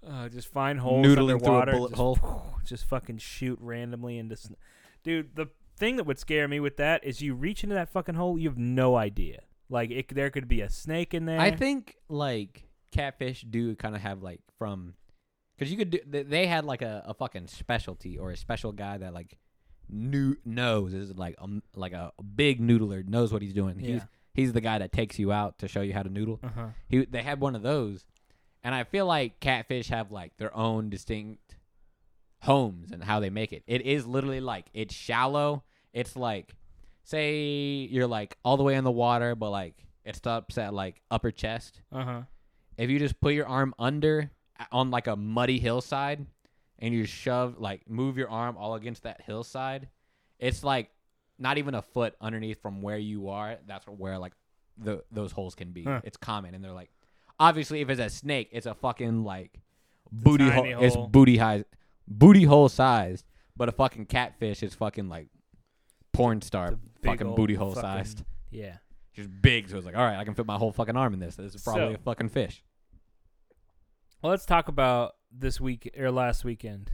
S1: Uh, just find holes
S2: Noodling through a
S1: underwater.
S2: bullet
S1: just,
S2: hole.
S1: just fucking shoot randomly into. Sn- Dude, the thing that would scare me with that is you reach into that fucking hole, you have no idea. Like it, there could be a snake in there.
S2: I think like catfish do kind of have like from because you could do th- they had like a, a fucking specialty or a special guy that like knew knows is like um like a big noodler knows what he's doing. He's
S1: Yeah.
S2: he's the guy that takes you out to show you how to noodle.
S1: Uh huh.
S2: He they had one of those, and I feel like catfish have like their own distinct homes and how they make it. It is literally like it's shallow. It's like say you're like all the way in the water, but like it stops at like upper chest.
S1: Uh huh.
S2: If you just put your arm under on like a muddy hillside and you shove like move your arm all against that hillside, it's like not even a foot underneath from where you are. That's where like the those holes can be.
S1: Huh.
S2: It's common and they're like obviously if it's a snake, it's a fucking like booty hole,
S1: tiny
S2: It's
S1: hole.
S2: booty high booty hole sized, but a fucking catfish is fucking like porn star
S1: It's a big
S2: fucking
S1: old
S2: booty hole
S1: fucking-
S2: sized.
S1: Yeah.
S2: Just big, so it's like, all right, I can fit my whole fucking arm in this. This is probably
S1: So-
S2: a fucking fish.
S1: Well, let's talk about this week or last weekend.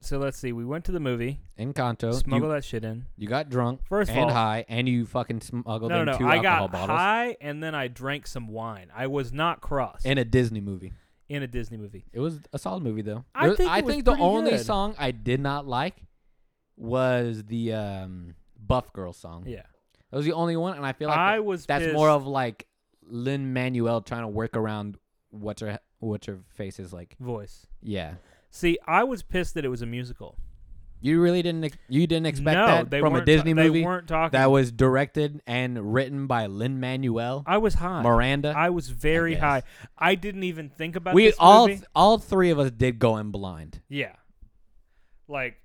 S1: So let's see. We went to the movie.
S2: Encanto.
S1: smuggle
S2: Oh, You,
S1: that shit in.
S2: you got drunk
S1: First of
S2: and
S1: all-
S2: high, and you fucking smuggled
S1: No,
S2: in
S1: no, no.
S2: two
S1: I
S2: alcohol
S1: got
S2: bottles
S1: high and then I drank some wine. I was not crossed
S2: in a Disney movie.
S1: in a Disney movie.
S2: It was a solid movie though.
S1: I
S2: There was-
S1: think it
S2: I
S1: was
S2: think the
S1: pretty
S2: only
S1: good.
S2: song I did not like was the um, Buff Girl song.
S1: Yeah.
S2: That was the only one, and I feel like
S1: I
S2: that-
S1: was
S2: that's
S1: pissed.
S2: more of like Lin Manuel trying to work around what's her what's her face is like.
S1: voice.
S2: Yeah,
S1: See, I was pissed that it was a musical.
S2: you really didn't ex- you didn't expect
S1: no,
S2: that
S1: they
S2: from a
S1: weren't
S2: Disney
S1: ta-
S2: movie
S1: They weren't talking.
S2: that was directed and written by Lin Manuel
S1: I was high.
S2: Miranda.
S1: I was very
S2: guess.
S1: high. I didn't even think about
S2: we
S1: this
S2: all
S1: movie.
S2: all three of us did go in blind.
S1: yeah. Like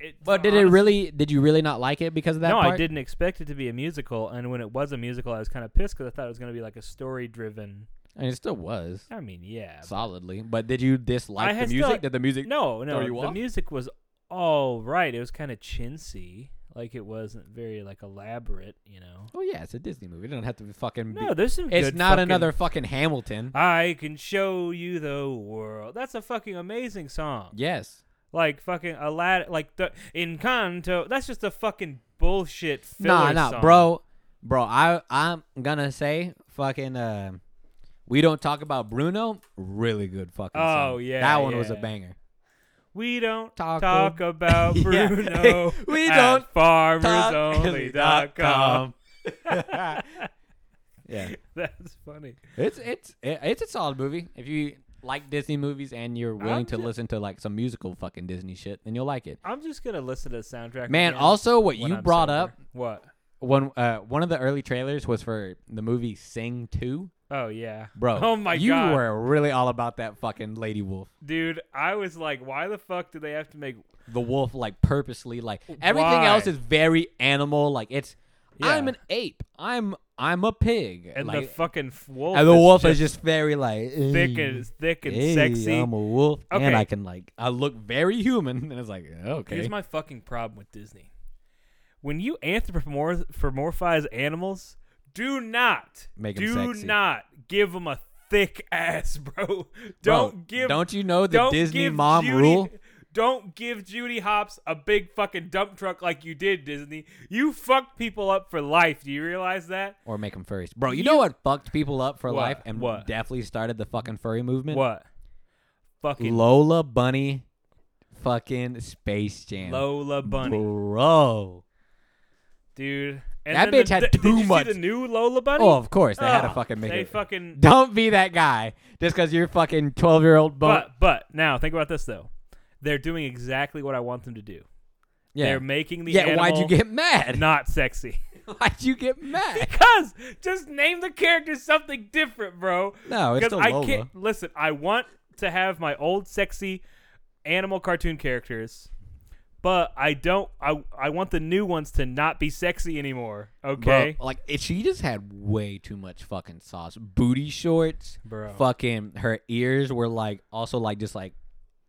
S1: it
S2: But did it
S1: honestly-
S2: really? Did you really not like it because of that?
S1: No,
S2: part?
S1: I didn't expect it to be a musical and when it was a musical I was kind of pissed cuz I thought it was going to be like a story driven
S2: I mean, it still was
S1: I mean, yeah.
S2: solidly. But did you
S1: I
S2: dislike the
S1: had
S2: music?
S1: still-
S2: did the music?
S1: No, no.
S2: you
S1: the
S2: off?
S1: music was all right. It was kind of chintzy. Like it wasn't very like elaborate, you know.
S2: Oh yeah, it's a Disney movie. It don't have to fucking. Be,
S1: No, there's some.
S2: it's
S1: good
S2: not
S1: fucking-
S2: another fucking Hamilton.
S1: I can show you the world. That's a fucking amazing song.
S2: yes.
S1: Like fucking Aladdin. Like the Encanto. That's just a fucking bullshit.
S2: Nah,
S1: filler
S2: nah,
S1: song.
S2: bro, bro. I I'm gonna say fucking. Uh, we don't talk about Bruno. Really good fucking.
S1: Oh,
S2: song.
S1: yeah,
S2: that one was a
S1: yeah.
S2: banger.
S1: We don't
S2: Taco.
S1: talk about
S2: Yeah.
S1: Bruno.
S2: We
S1: at
S2: don't
S1: farmersonly.com.
S2: yeah,
S1: That's funny.
S2: it's it's it, it's a solid movie. If you like Disney movies and you're willing
S1: I'm
S2: to
S1: ju-
S2: listen to like some musical fucking Disney shit, then you'll like it.
S1: I'm just gonna listen to the soundtrack.
S2: Man,
S1: again
S2: also what
S1: when
S2: you
S1: I'm
S2: brought
S1: sober.
S2: up
S1: What?
S2: one uh one of the early trailers was for the movie Sing 2.
S1: Oh yeah,
S2: Bro,
S1: Oh my
S2: you
S1: god,
S2: were really all about that fucking lady wolf.
S1: dude! I was like, why the fuck do they have to make?
S2: the wolf like purposely like everything
S1: Why?
S2: else is very animal like it's i'm
S1: Yeah.
S2: an ape i'm i'm a pig
S1: And the
S2: like,
S1: fucking f- wolf.
S2: and the wolf
S1: is
S2: is just very like
S1: thick
S2: "Ey,
S1: and thick and
S2: ey,
S1: sexy.
S2: i'm a wolf and
S1: Okay.
S2: i can like i look very human and it's like okay
S1: Here's my fucking problem with Disney: when you anthropomorphize animals, do not
S2: Make 'em
S1: do
S2: sexy.
S1: not give them a thick ass, bro.
S2: Bro,
S1: Don't give.
S2: don't you know the
S1: don't
S2: disney
S1: give
S2: mom
S1: Judy-
S2: rule
S1: Don't give Judy Hops a big fucking dump truck like you did, Disney. You fucked people up for life. Do you realize that?
S2: or make them furries bro you, know what fucked people up for
S1: What?
S2: life and
S1: What?
S2: definitely started the fucking furry movement
S1: What? Fucking
S2: lola bunny fucking space jam
S1: Lola Bunny,
S2: bro
S1: dude. And
S2: That
S1: then
S2: bitch
S1: the,
S2: had
S1: th-
S2: too
S1: did you
S2: much-
S1: See the new Lola Bunny.
S2: Oh, of course they had to
S1: Ah,
S2: fucking make
S1: They
S2: it.
S1: fucking.
S2: Don't be that guy just because you're fucking twelve year old. But,
S1: But but now think about this though. They're doing exactly what I want them to do.
S2: yeah,
S1: They're making the
S2: yeah. Why'd you
S1: animal
S2: get mad?
S1: not sexy?
S2: Why'd you get mad?
S1: Because just name the character something different, bro.
S2: No, it's
S1: Because
S2: still
S1: I
S2: Lola.
S1: can't listen. I want to have my old sexy animal cartoon characters, but I don't. I I want the new ones to not be sexy anymore.
S2: Bro,
S1: Okay,
S2: like it, she just had way too much fucking sauce. Booty shorts,
S1: bro.
S2: fucking her ears were like also like just like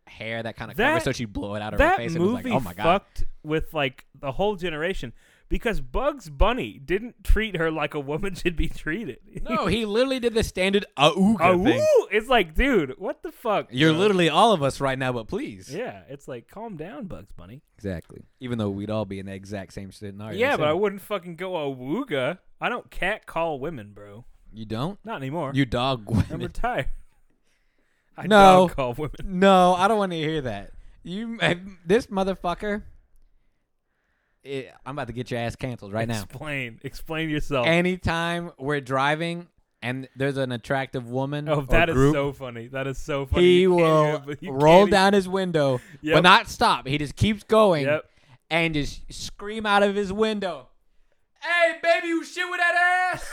S2: hair that kind of covered,
S1: That-
S2: so she blow it out of her
S1: that
S2: face. and it was
S1: movie
S2: like, oh my god,
S1: fucked with like the whole generation because Bugs Bunny didn't treat her like a woman should be treated.
S2: no, he literally did the standard auga
S1: oh,
S2: thing.
S1: woo! It's like, dude, what the fuck?
S2: You're
S1: bro?
S2: literally all of us right now, but please,
S1: Yeah, it's like calm down, Bugs Bunny.
S2: exactly. Even though we'd all be in the exact same scenario.
S1: yeah, but I
S2: So-
S1: wouldn't fucking go a wooga. I don't cat call women, bro.
S2: you don't.
S1: Not anymore.
S2: You dog
S1: I'm
S2: women.
S1: retired. I
S2: No.
S1: dog call women.
S2: No, I don't want to hear that. You, eh, this motherfucker. eh, I'm about to get your ass canceled right now.
S1: Explain. Explain yourself.
S2: Anytime we're driving and there's an attractive woman,
S1: oh,
S2: or
S1: that is
S2: group,
S1: so funny. That is so funny.
S2: He
S1: You can't
S2: will
S1: even- you
S2: roll
S1: can't even-
S2: down his window, but
S1: Yep.
S2: not stop. He just keeps going
S1: Yep.
S2: and just scream out of his window. Hey, baby, you shit with that ass.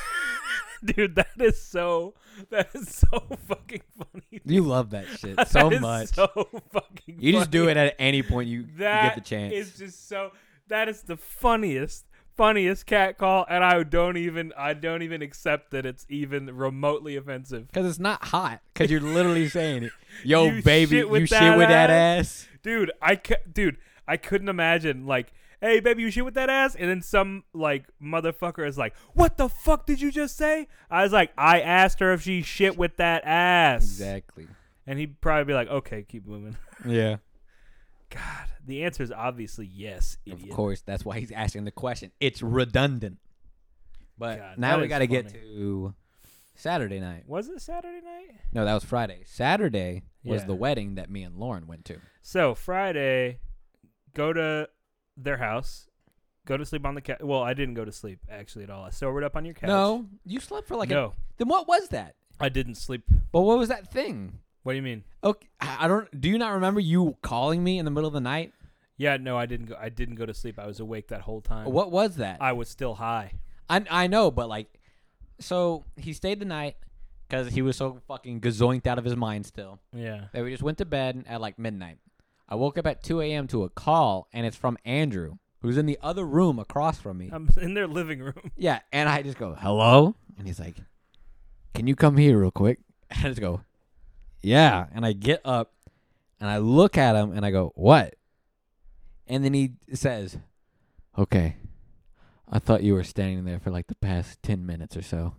S1: Dude, that is so that is so fucking funny.
S2: You love that shit
S1: That
S2: so
S1: is
S2: much.
S1: So fucking
S2: you just do
S1: funny.
S2: it at any point you, you
S1: That
S2: get the chance.
S1: is just so that is the funniest funniest cat call and I don't even I don't even accept that it's even remotely offensive.
S2: Because it's not hot. Because you're literally saying it. Yo,
S1: You
S2: baby,
S1: shit with
S2: you shit
S1: that
S2: with that ass.
S1: ass? Dude, I cou- dude, I couldn't imagine like Hey baby, you shit with that ass, and then some like motherfucker is like, "What the fuck did you just say?" I was like, "I asked her if she shit with that ass,"
S2: Exactly.
S1: and he'd probably be like, "Okay, keep moving."
S2: Yeah.
S1: God, the answer is obviously yes,
S2: Of
S1: idiot.
S2: course. That's why he's asking the question. It's redundant. But
S1: God,
S2: now
S1: that
S2: we
S1: is
S2: got to get
S1: funny.
S2: to Saturday night.
S1: Was it Saturday night?
S2: No, that was Friday. Saturday was
S1: Yeah.
S2: the wedding that me and Lauren went to.
S1: So Friday, go to their house, go to sleep on the couch. Well, I didn't go to sleep actually at all. I sobered up on your couch.
S2: No, you slept for like a.
S1: no,
S2: Then what was that?
S1: I I didn't sleep.
S2: But what was that thing?
S1: What do you mean?
S2: Okay, I I don't. Do you not remember you calling me in the middle of the night?
S1: Yeah, no, I didn't go. I didn't go to sleep. I was awake that whole time.
S2: What was that?
S1: I was still high.
S2: I I know, but like, so he stayed the night because he was so fucking gazoinked out of his mind still
S1: Yeah.
S2: that we just went to bed at like midnight. I woke up at 2 a.m. to a call, and it's from Andrew, who's in the other room across from me.
S1: I'm in their living room.
S2: yeah, and I just go, hello? And he's like, "Can you come here real quick?" And I just go, "Yeah." And I get up and I look at him and I go, "What?" And then he says, "Okay, I thought you were standing there for like the past ten minutes or so."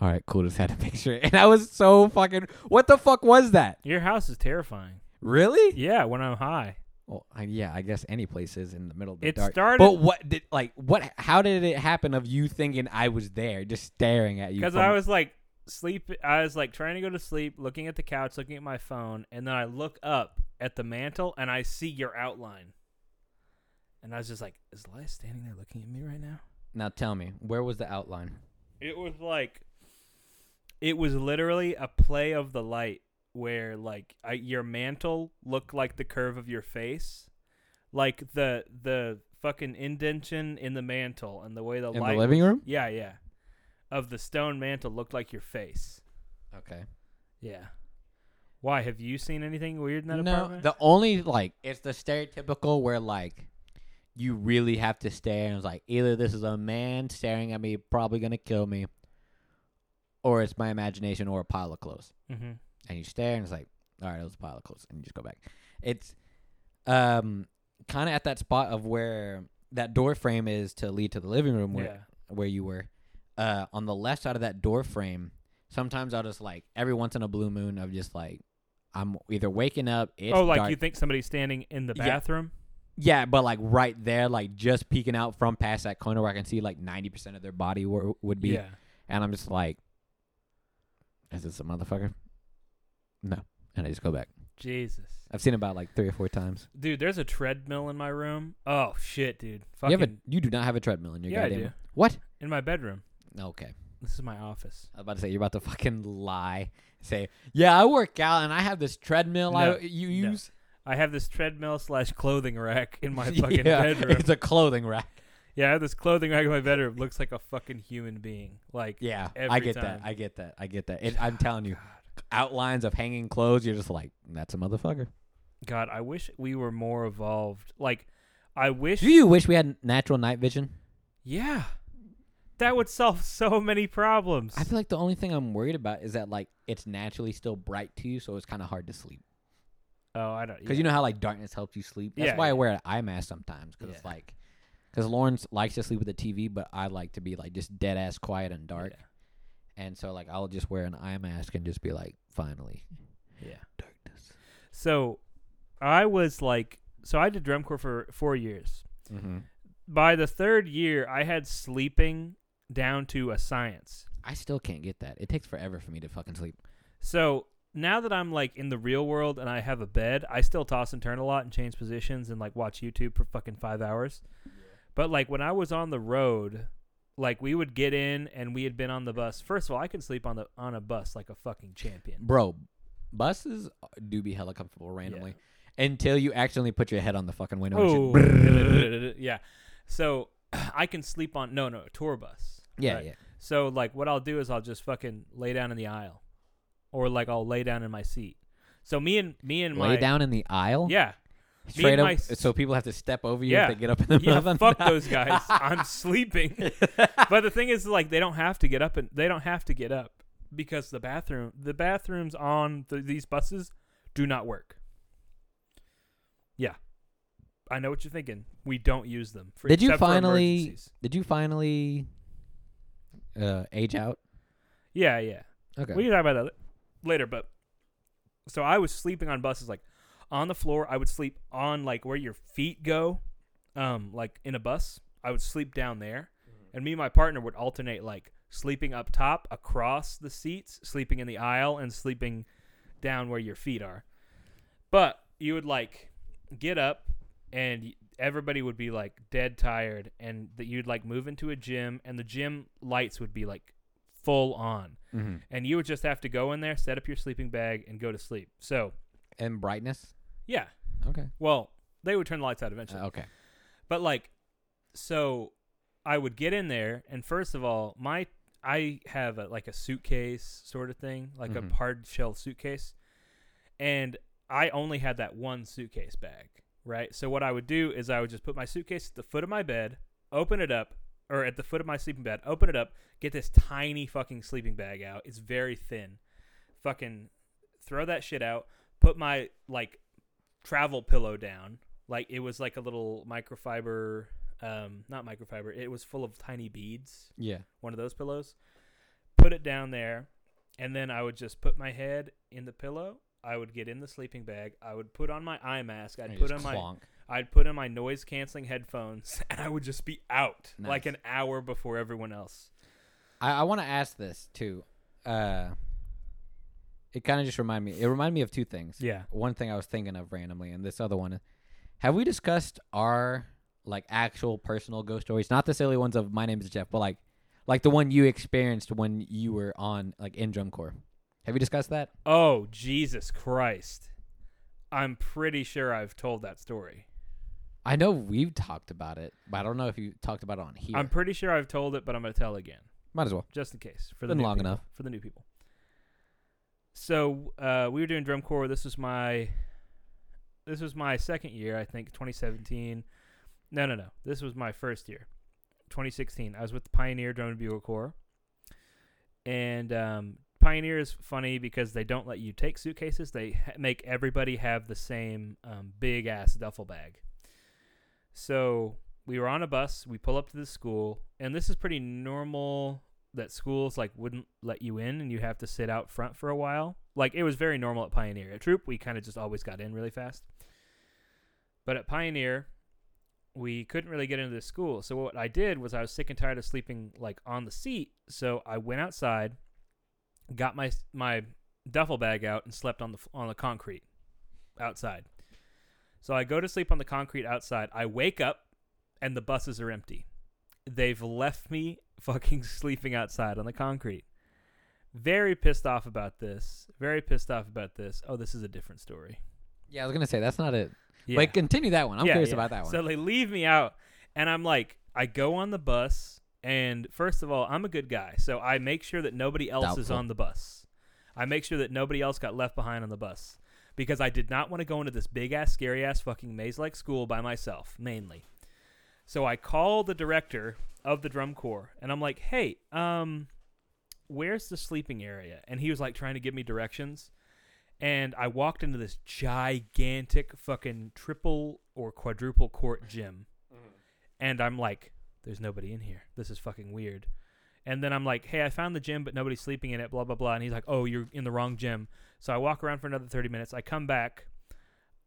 S2: All right, cool. Just had a picture, and I was so fucking. What the fuck was that?
S1: Your house is terrifying.
S2: Really?
S1: Yeah, when I'm high.
S2: Well, I, yeah, I guess any place is in the middle of the
S1: It
S2: dark.
S1: started
S2: But what did like what? How did it happen? Of you thinking I was there, just staring at you?
S1: because
S2: from-
S1: I was like sleep. I was like trying to go to sleep, looking at the couch, looking at my phone, and then I look up at the mantle and I see your outline. And I was just like, "Is Elias standing there looking at me right now?"
S2: Now tell me, where was the outline?
S1: It was like, it was literally a play of the light where like I, your mantle looked like the curve of your face, like the the fucking indention in the mantle and the way the
S2: In
S1: light.
S2: the living room?
S1: yeah, yeah. Of the stone mantle looked like your face.
S2: Okay.
S1: Yeah. Why have you seen anything weird in that
S2: No,
S1: apartment?
S2: the only like it's the stereotypical where like you really have to stare and it's like either this is a man staring at me, probably gonna kill me, or it's my imagination or a pile of clothes.
S1: mm-hmm.
S2: and you stare and it's like all right it was a pile of clothes and you just go back it's um kind of at that spot of where that door frame is to lead to the living room where,
S1: Yeah.
S2: where you were uh on the left side of that door frame sometimes i'll just like every once in a blue moon of just like i'm either waking up it's
S1: Oh, like
S2: dark.
S1: you think somebody's standing in the
S2: Yeah.
S1: bathroom?
S2: yeah but like right there like just peeking out from past that corner where i can see like 90% of their body where, would be
S1: Yeah.
S2: and I'm just like is this a motherfucker no and i just go back
S1: Jesus.
S2: I've seen about like three or four times.
S1: Dude, there's a treadmill in my room. Oh shit, dude. Fucking
S2: You have a you do not have a treadmill in your
S1: Yeah, I
S2: goddamn
S1: do.
S2: what?
S1: in my bedroom.
S2: Okay,
S1: This is my office.
S2: I was about to say you're about to fucking lie. Say yeah, I work out and I have this treadmill
S1: No,
S2: I you
S1: no.
S2: use
S1: I have this treadmill slash clothing rack in my fucking
S2: Yeah,
S1: bedroom.
S2: It's a clothing rack.
S1: Yeah, I have this clothing rack in my bedroom. Looks like a fucking human being. Like
S2: Yeah, I
S1: Every
S2: get
S1: time.
S2: that. I get that. I get that. It, I'm telling you, outlines of hanging clothes. You're just like that's a motherfucker.
S1: God, I wish we were more evolved. Like I wish
S2: Do you wish we had natural night vision?
S1: Yeah. That would solve so many problems.
S2: I feel like the only thing I'm worried about is that like it's naturally still bright to you, so it's kind of hard to sleep.
S1: oh, I don't
S2: Because you know how like darkness helps you sleep. That's
S1: Yeah,
S2: why
S1: yeah.
S2: I wear an eye mask sometimes. Because it's
S1: Yeah.
S2: like, because Lawrence likes to sleep with the TV, but I like to be like just dead ass quiet and dark. And so like I'll just wear an eye mask and just be like, finally,
S1: Yeah.
S2: darkness.
S1: So I was like, so I did drum corps for four years.
S2: Mm-hmm.
S1: By the third year, I had sleeping down to a science.
S2: I still can't get that. It takes forever for me to fucking sleep.
S1: So now that I'm like in the real world and I have a bed, I still toss and turn a lot and change positions and like watch YouTube for fucking five hours. But like when I was on the road, like we would get in and we had been on the bus. First of all, I could sleep on the on a bus like a fucking champion.
S2: Bro, buses uh, do be hella comfortable randomly until you accidentally put your head on the fucking window.
S1: Oh,
S2: And shit.
S1: yeah. So I can sleep on no, no tour bus.
S2: Yeah,
S1: Right.
S2: yeah.
S1: So like, what I'll do is I'll just fucking lay down in the aisle, or like I'll lay down in my seat. So me and me and
S2: Lay
S1: my
S2: down in the aisle.
S1: yeah
S2: Straight
S1: and
S2: up,
S1: my s-
S2: so people have to step over you
S1: Yeah.
S2: if they get up in the middle
S1: yeah
S2: of the
S1: fuck
S2: night.
S1: those guys. I'm sleeping. But the thing is, like, they don't have to get up and they don't have to get up because the bathroom the bathrooms on the, these buses do not work. Yeah, I know what you're thinking. We don't use them. For,
S2: Did you
S1: except for
S2: finally?
S1: emergencies.
S2: Did you finally uh, age out?
S1: Yeah, yeah.
S2: Okay.
S1: We can talk about that l- later, but so I was sleeping on buses, like on the floor. I would sleep on like where your feet go, um, like in a bus. I would sleep down there, and me and my partner would alternate like sleeping up top, across the seats, sleeping in the aisle, and sleeping down where your feet are. But you would like get up, and y- everybody would be like dead tired, and that you'd like move into a gym, and the gym lights would be like full on
S2: mm-hmm.
S1: and you would just have to go in there, set up your sleeping bag, and go to sleep. So,
S2: And brightness.
S1: yeah.
S2: Okay.
S1: Well, they would turn the lights out
S2: Uh,
S1: eventually.
S2: okay.
S1: But like, so I would get in there, and first of all, my I have a, like a suitcase sort of thing, like
S2: Mhm.
S1: a hard shell suitcase, and I only had that one suitcase bag, right? So what I would do is I would just put my suitcase at the foot of my bed, open it up, or at the foot of my sleeping bed. Open it up, get this tiny fucking sleeping bag out. It's very thin. Fucking throw that shit out. Put my like travel pillow down. Like it was like a little microfiber, um, not microfiber. It was full of tiny beads
S2: Yeah.
S1: one of those pillows, put it down there, and then I would just put my head in the pillow. I would get in the sleeping bag. I would put on my eye mask. I'd
S2: And
S1: put
S2: just
S1: on my
S2: clonk.
S1: I'd put on my noise canceling headphones, and I would just be out
S2: Nice.
S1: like an hour before everyone else.
S2: I, I want to ask this too. Uh, it kind of just reminded me. It reminded me of two things.
S1: Yeah.
S2: One thing I was thinking of randomly, and this other one. Have we discussed our like actual personal ghost stories? Not the silly ones of my name is Jeff, but like like the one you experienced when you were on like in drum corps. Have you discussed that?
S1: Oh Jesus Christ! I'm pretty sure I've told that story.
S2: I know we've talked about it, but I don't know if you talked about it on here.
S1: I'm pretty sure I've told it, but I'm gonna tell again.
S2: Might as well.
S1: just in case for the
S2: Been
S1: new
S2: long
S1: people,
S2: enough.
S1: for the new people. So uh, we were doing drum corps. This was my this was my second year, I think, 2017. No, no, no. This was my first year, 2016. I was with the Pioneer Drum and Bugle Corps, and um, Pioneer is funny because they don't let you take suitcases. They ha- make everybody have the same um, big ass duffel bag. So we were on a bus. We pull up to the school, and this is pretty normal that schools like wouldn't let you in and you have to sit out front for a while. Like it was very normal at Pioneer. At Troop, we kind of just always got in really fast. But at Pioneer, we couldn't really get into the school. So what I did was I was sick and tired of sleeping like on the seat, so I went outside, got my my duffel bag out and slept on the f- on the concrete outside. So I go to sleep on the concrete outside. I wake up and the buses are empty they've left me fucking sleeping outside on the concrete. Very pissed off about this. Very pissed off about this. Oh, this is a different story.
S2: Yeah, I was gonna say that's not it.
S1: Yeah.
S2: But continue that one. I'm
S1: Yeah,
S2: curious
S1: yeah.
S2: about that one.
S1: So they leave me out, and I'm like, I go on the bus, and first of all, I'm a good guy, so I make sure that nobody else is
S2: Doubtful.
S1: on the bus. I make sure that nobody else got left behind on the bus because I did not want to go into this big ass, scary ass fucking maze like school by myself, mainly. So I call the director of the drum corps, and I'm like, hey, um, where's the sleeping area? And he was like trying to give me directions and I walked into this gigantic fucking triple or quadruple court gym. And I'm like, there's nobody in here. This is fucking weird. And then I'm like, hey, I found the gym, but nobody's sleeping in it, blah, blah, blah. And he's like, oh, you're in the wrong gym. So I walk around for another 30 minutes. I come back.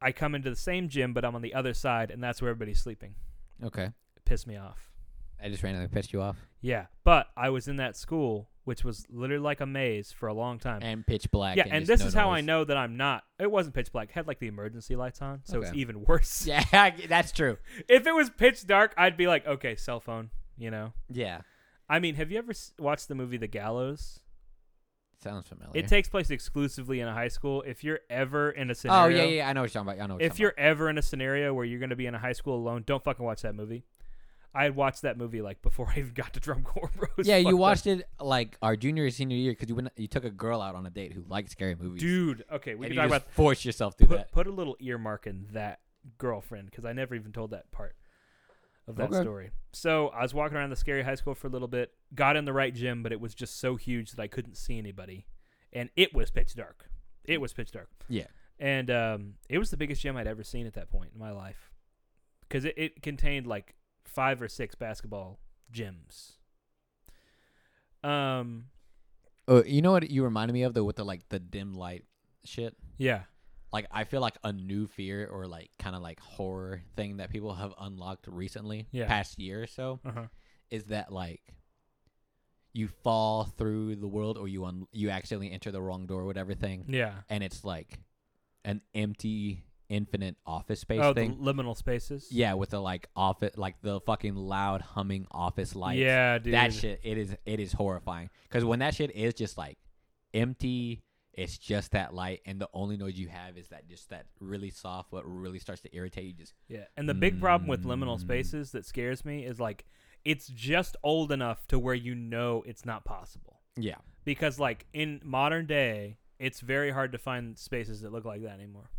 S1: I come into the same gym, but I'm on the other side, and that's where everybody's sleeping.
S2: okay.
S1: It pissed me off.
S2: I just randomly pissed you off.
S1: Yeah. But I was in that school, which was literally like a maze for a long time.
S2: And pitch black.
S1: Yeah, and
S2: just
S1: this
S2: no
S1: is how I
S2: noise.
S1: know that I'm not. It wasn't pitch black. It had like the emergency lights on, so it's
S2: Okay.
S1: even worse.
S2: Yeah, that's true.
S1: If it was pitch dark, I'd be like, okay, cell phone. You know.
S2: Yeah.
S1: I mean, have you ever s- watched the movie The Gallows?
S2: Sounds familiar.
S1: It takes place exclusively in a high school. If you're ever in a
S2: Oh, oh,
S1: scenario,
S2: yeah, yeah, I know what you're talking about. I know what
S1: if you're ever in a scenario where you're going to be in a high school alone, don't fucking watch that movie. I had watched that movie like before I even got to drum corps, bro. It's
S2: Yeah,
S1: fucked
S2: you
S1: up.
S2: watched it like our junior or senior year because you went, you took a girl out on a date who liked scary movies.
S1: dude. Okay, we
S2: and
S1: can
S2: you
S1: talk
S2: just
S1: about
S2: force yourself through
S1: put,
S2: that.
S1: put a little earmark in that girlfriend because I never even told that part of that
S2: Okay.
S1: story. So I was walking around the scary high school for a little bit, got in the right gym, but it was just so huge that I couldn't see anybody, and it was pitch dark. It was pitch dark.
S2: Yeah.
S1: and um, it was the biggest gym I'd ever seen at that point in my life because it, it contained like five or six basketball gyms. Um.
S2: Oh, you know what you reminded me of though with the like the dim light shit.
S1: Yeah.
S2: Like I feel like a new fear or like kind of like horror thing that people have unlocked recently,
S1: Yeah.
S2: past year or so,
S1: Uh huh.
S2: is that like you fall through the world or you un- you accidentally enter the wrong door, or whatever thing,
S1: Yeah.
S2: and it's like an empty, infinite office space
S1: oh,
S2: thing.
S1: the liminal spaces.
S2: Yeah, with the like office, like the fucking loud humming office lights.
S1: Yeah, dude.
S2: that shit. It is it is horrifying because when that shit is just like empty, it's just that light, and the only noise you have is that just that really soft, what really starts to irritate you. Just
S1: Yeah, and the big problem with liminal
S2: Mm.
S1: spaces that scares me is like it's just old enough to where you know it's not possible.
S2: yeah,
S1: Because like in modern day, it's very hard to find spaces that look like that anymore.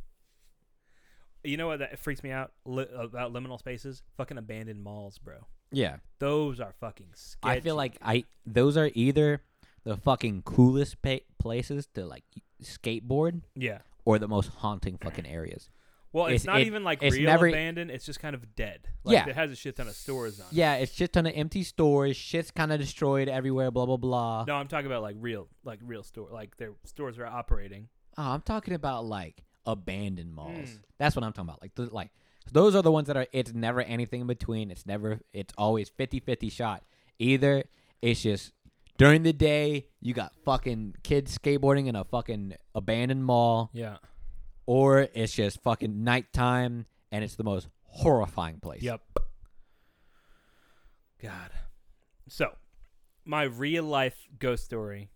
S1: You know what that freaks me out li- about liminal spaces? Fucking abandoned malls, bro.
S2: Yeah.
S1: Those are fucking sketchy.
S2: I feel like I those are either the fucking coolest pa- places to like skateboard
S1: yeah.
S2: or the most haunting fucking areas.
S1: Well, it's,
S2: It's-
S1: not
S2: it-
S1: even like
S2: it's
S1: real
S2: never-
S1: abandoned. It's just kind of dead. Like,
S2: Yeah.
S1: It has a shit ton of stores on. it.
S2: Yeah, it's just ton of empty stores. Shit's kind of destroyed everywhere. Blah blah blah.
S1: No, I'm talking about like real, like real store, like their stores are operating.
S2: Oh, I'm talking about like abandoned malls.
S1: Mm.
S2: That's what I'm talking about. Like th- like those are the ones that are it's never anything in between. It's never it's always 50-50 shot. Either it's just during the day you got fucking kids skateboarding in a fucking abandoned mall
S1: Yeah.
S2: or it's just fucking nighttime and it's the most horrifying place.
S1: Yep. God. So, my real life ghost story.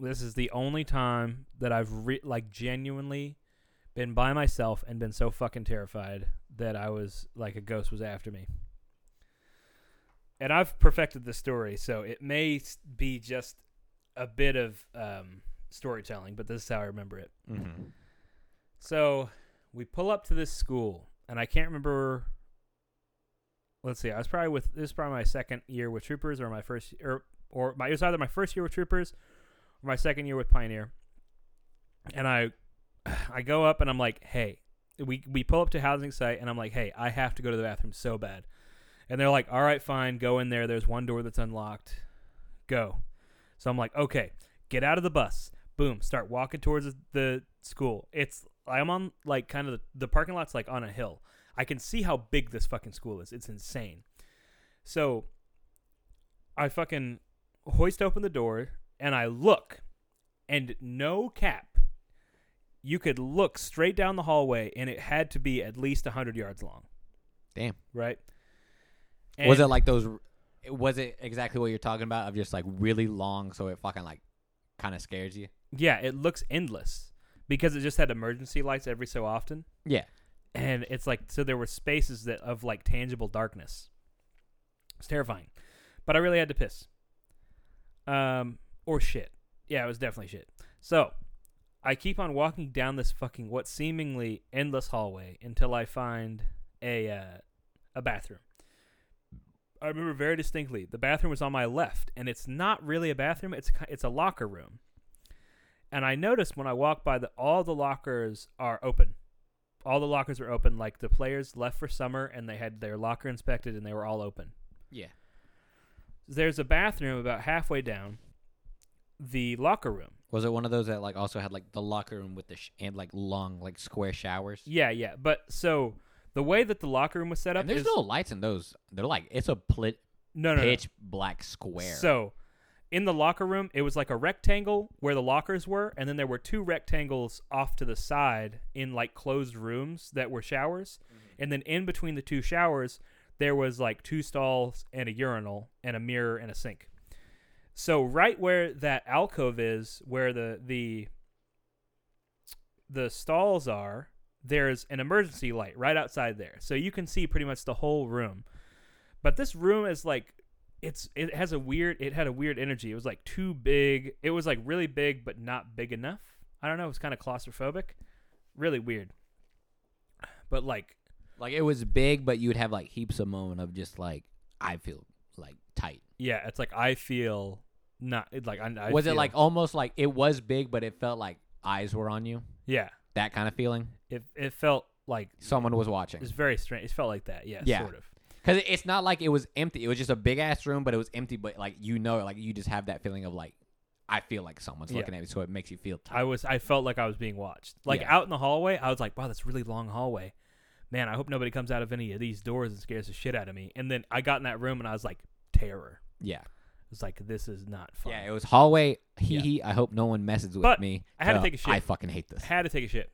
S1: This is the only time that I've re- like genuinely been by myself and been so fucking terrified that I was like a ghost was after me. And I've perfected this story, so it may s- be just a bit of um, storytelling, but this is how I remember it.
S2: Mm-hmm.
S1: So we pull up to this school, and I can't remember. Let's see. I was probably with this is probably my second year with Troopers, or my first or or my it was either my first year with Troopers or my second year with Pioneer. And I, I go up and I'm like, hey, we we pull up to housing site, and I'm like, hey, I have to go to the bathroom so bad. And they're like, all right, fine, go in there. There's one door that's unlocked. Go. So I'm like, okay, get out of the bus. Boom, start walking towards the school. It's I'm on like kind of the, the parking lot's like on a hill. I can see how big this fucking school is. It's insane. So I fucking hoist open the door and I look and no cap. You could look straight down the hallway and it had to be at least 100 yards long,
S2: Damn.
S1: right?
S2: was it
S1: And-
S2: like those was it exactly what you're talking about of just like really long so it fucking like kind of scares you?
S1: Yeah, it looks endless because it just had emergency lights every so often.
S2: Yeah.
S1: And it's like so there were spaces that of like tangible darkness. It's terrifying. But I really had to piss. Um or shit. Yeah, it was definitely shit. So, I keep on walking down this fucking what seemingly endless hallway until I find a uh, a bathroom. I remember very distinctly. The bathroom was on my left, and it's not really a bathroom. It's ki- it's a locker room and I noticed when I walked by that all the lockers are open. All the lockers are open. Like the players left for summer and they had their locker inspected and they were all open.
S2: Yeah.
S1: There's a bathroom about halfway down the locker room.
S2: Was it one of those that like also had like the locker room with the sh- and like long like square showers?
S1: Yeah, yeah. But so the way that the locker room was set up
S2: And there's
S1: is
S2: no lights in those. They're like it's a plit,
S1: no, no, no.
S2: pitch black square.
S1: So in the locker room, it was like a rectangle where the lockers were, and then there were two rectangles off to the side in like closed rooms that were showers. And then in between the two showers, there was like two stalls and a urinal and a mirror and a sink. So right where that alcove is, where the the the stalls are, there's an emergency light right outside there. So you can see pretty much the whole room. But this room is like it's it has a weird it had a weird energy. It was like too big. It was like really big but not big enough. I don't know, it was kind of claustrophobic. Really weird. But like
S2: like it was big, but you would have like heaps of moment of just like I feel like tight.
S1: yeah, it's like I feel not it, like I, I
S2: was
S1: feel-
S2: it like almost like it was big, but it felt like eyes were on you?
S1: yeah?
S2: That kind of feeling.
S1: It it felt like
S2: Someone was
S1: it
S2: watching.
S1: was very strange. It felt like that. Yeah,
S2: Yeah.
S1: sort of.
S2: Cause it- it's not like it was empty. It was just a big ass room, but it was empty. But like you know, like you just have that feeling of like I feel like someone's
S1: Yeah.
S2: looking at me, so it makes you feel tight.
S1: I was I felt like I was being watched. Like
S2: Yeah.
S1: out in the hallway, I was like, wow, that's a really long hallway. Man, I hope nobody comes out of any of these doors and scares the shit out of me. And then I got in that room and I was like, terror.
S2: yeah,
S1: It's like this is not fun.
S2: yeah. It was hallway. Hee
S1: Yeah.
S2: hee. I hope no one messes with
S1: But
S2: me.
S1: I had to
S2: Uh,
S1: take a shit.
S2: I fucking hate this.
S1: had to take a shit.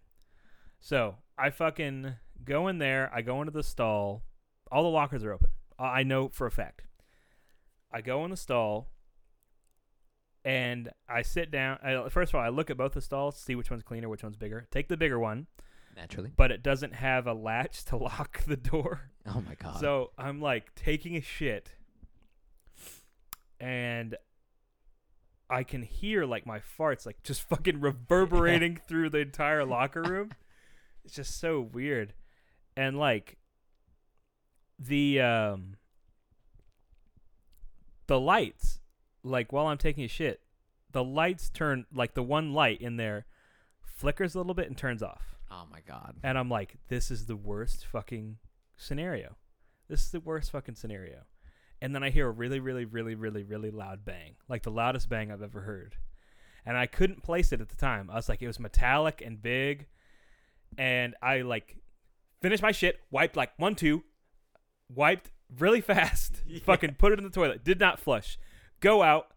S1: So I fucking go in there. I go into the stall. All the lockers are open. I I know for a fact. I go in the stall and I sit down. I, first of all, I look at both the stalls, see which one's cleaner, which one's bigger. Take the bigger one,
S2: Naturally.
S1: but it doesn't have a latch to lock the door.
S2: Oh my god.
S1: So I'm like taking a shit, and I can hear like my farts like just fucking reverberating through the entire locker room. It's just so weird. and like the um the lights like while i'm taking a shit the lights turn like the one light in there flickers a little bit and turns off
S2: Oh my god.
S1: and i'm like this is the worst fucking scenario this is the worst fucking scenario and then i hear a really really really really really loud bang like the loudest bang i've ever heard and i couldn't place it at the time i was like it was metallic and big and i like finished my shit wiped like one two wiped really fast fucking put it in the toilet did not flush go out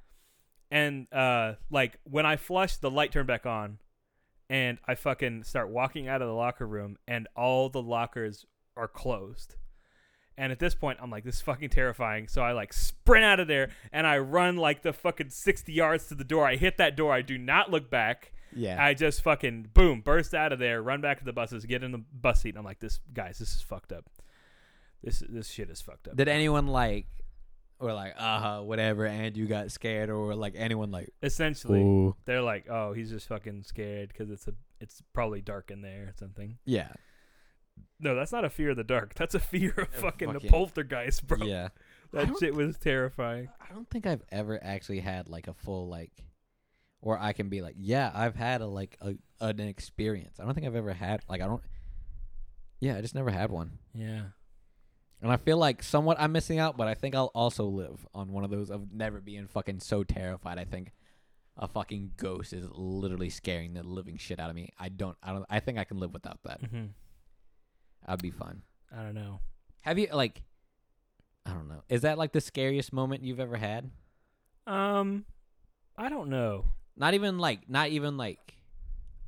S1: and uh like when i flushed the light turned back on and i fucking start walking out of the locker room and all the lockers are closed and at this point i'm like this is fucking terrifying so i like sprint out of there and i run like the fucking 60 yards to the door i hit that door i do not look back
S2: Yeah.
S1: I just fucking boom, burst out of there, run back to the buses, get in the bus seat, and I'm like, this guys, this is fucked up. This this shit is fucked up.
S2: Did anyone like or like uh huh whatever and you got scared or like anyone like
S1: Essentially,
S2: ooh
S1: they're like, oh, he's just fucking scared because it's a it's probably dark in there or something.
S2: yeah
S1: No, that's not a fear of the dark. That's a fear of fucking, the
S2: fucking-
S1: poltergeist, bro.
S2: yeah I
S1: That
S2: don't
S1: shit was terrifying.
S2: I don't think I've ever actually had like a full like or I can be like yeah I've had a like a, an experience I don't think I've ever had like I don't yeah I just never had one
S1: Yeah.
S2: and I feel like somewhat I'm missing out but I think I'll also live on one of those of never being fucking so terrified I think a fucking ghost is literally scaring the living shit out of me I don't I don't I think I can live without that
S1: hmm
S2: I'd be fine
S1: I don't know.
S2: Have you like I don't know. Is that like the scariest moment you've ever had?
S1: Um, I don't know.
S2: Not even like not even like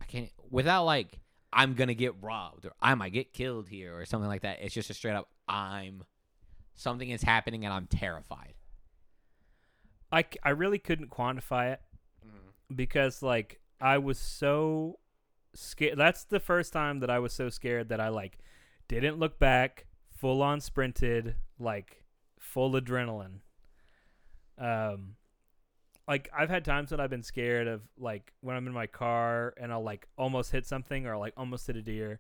S2: I can't without like I'm gonna get robbed or I might get killed here or something like that. It's just a straight up I'm something is happening and I'm terrified.
S1: I c- I really couldn't quantify it. because like I was so scared. That's the first time that I was so scared that I like didn't look back, full on sprinted, like full adrenaline. Um, like I've had times that I've been scared of like when I'm in my car and I'll like almost hit something or like almost hit a deer,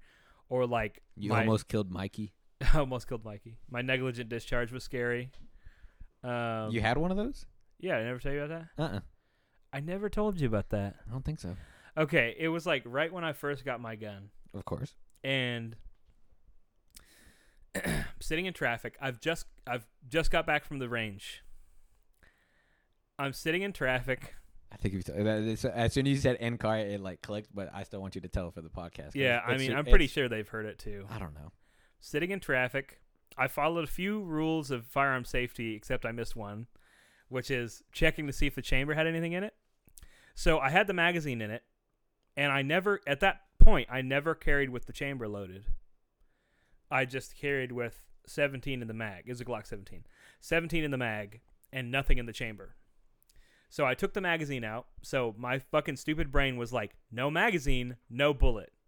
S1: or like
S2: You
S1: my-
S2: almost killed Mikey.
S1: I almost killed Mikey. My negligent discharge was scary. Um,
S2: you had one of those?
S1: yeah, I never tell you about that.
S2: Uh uh
S1: I never told you about that.
S2: I don't think so.
S1: Okay, it was like right when I first got my gun,
S2: Of course.
S1: and I'm sitting in traffic. I've just I've just got back from the range. I'm sitting in traffic.
S2: I think you've that is- as soon as you said end car it like clicked, but I still want you to tell for the podcast. 'cause
S1: Yeah, I
S2: it's
S1: mean,
S2: your-
S1: I'm pretty
S2: it's-
S1: sure they've heard it too.
S2: I don't know.
S1: Sitting in traffic, I followed a few rules of firearm safety, except I missed one, which is checking to see if the chamber had anything in it. So I had the magazine in it, and I never, at that point, I never carried with the chamber loaded. I just carried with 17 in the mag. It was a Glock 17. 17 in the mag and nothing in the chamber. So I took the magazine out. So my fucking stupid brain was like, no magazine, no bullet.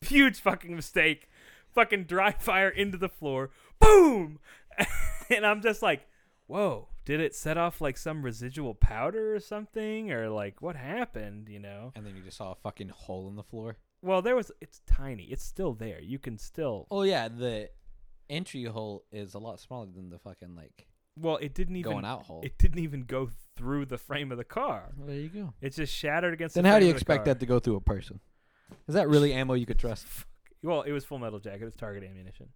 S1: Huge fucking mistake. Fucking dry fire into the floor. Boom! and I'm just like, whoa, did it set off like some residual powder or something? Or like, what happened, you know?
S2: And then you just saw a fucking hole in the floor.
S1: Well, there was. It's tiny. It's still there. You can still.
S2: Oh yeah, the entry hole is a lot smaller than the fucking like
S1: Well, it didn't even.
S2: going out hole.
S1: It didn't even go through the frame of the car.
S2: there you go.
S1: It just shattered against.
S2: Then
S1: the
S2: how do
S1: frame
S2: you
S1: of the
S2: expect
S1: car.
S2: that to go through a person? Is that really ammo you could trust?
S1: Well, it was full metal jacket. It's target ammunition.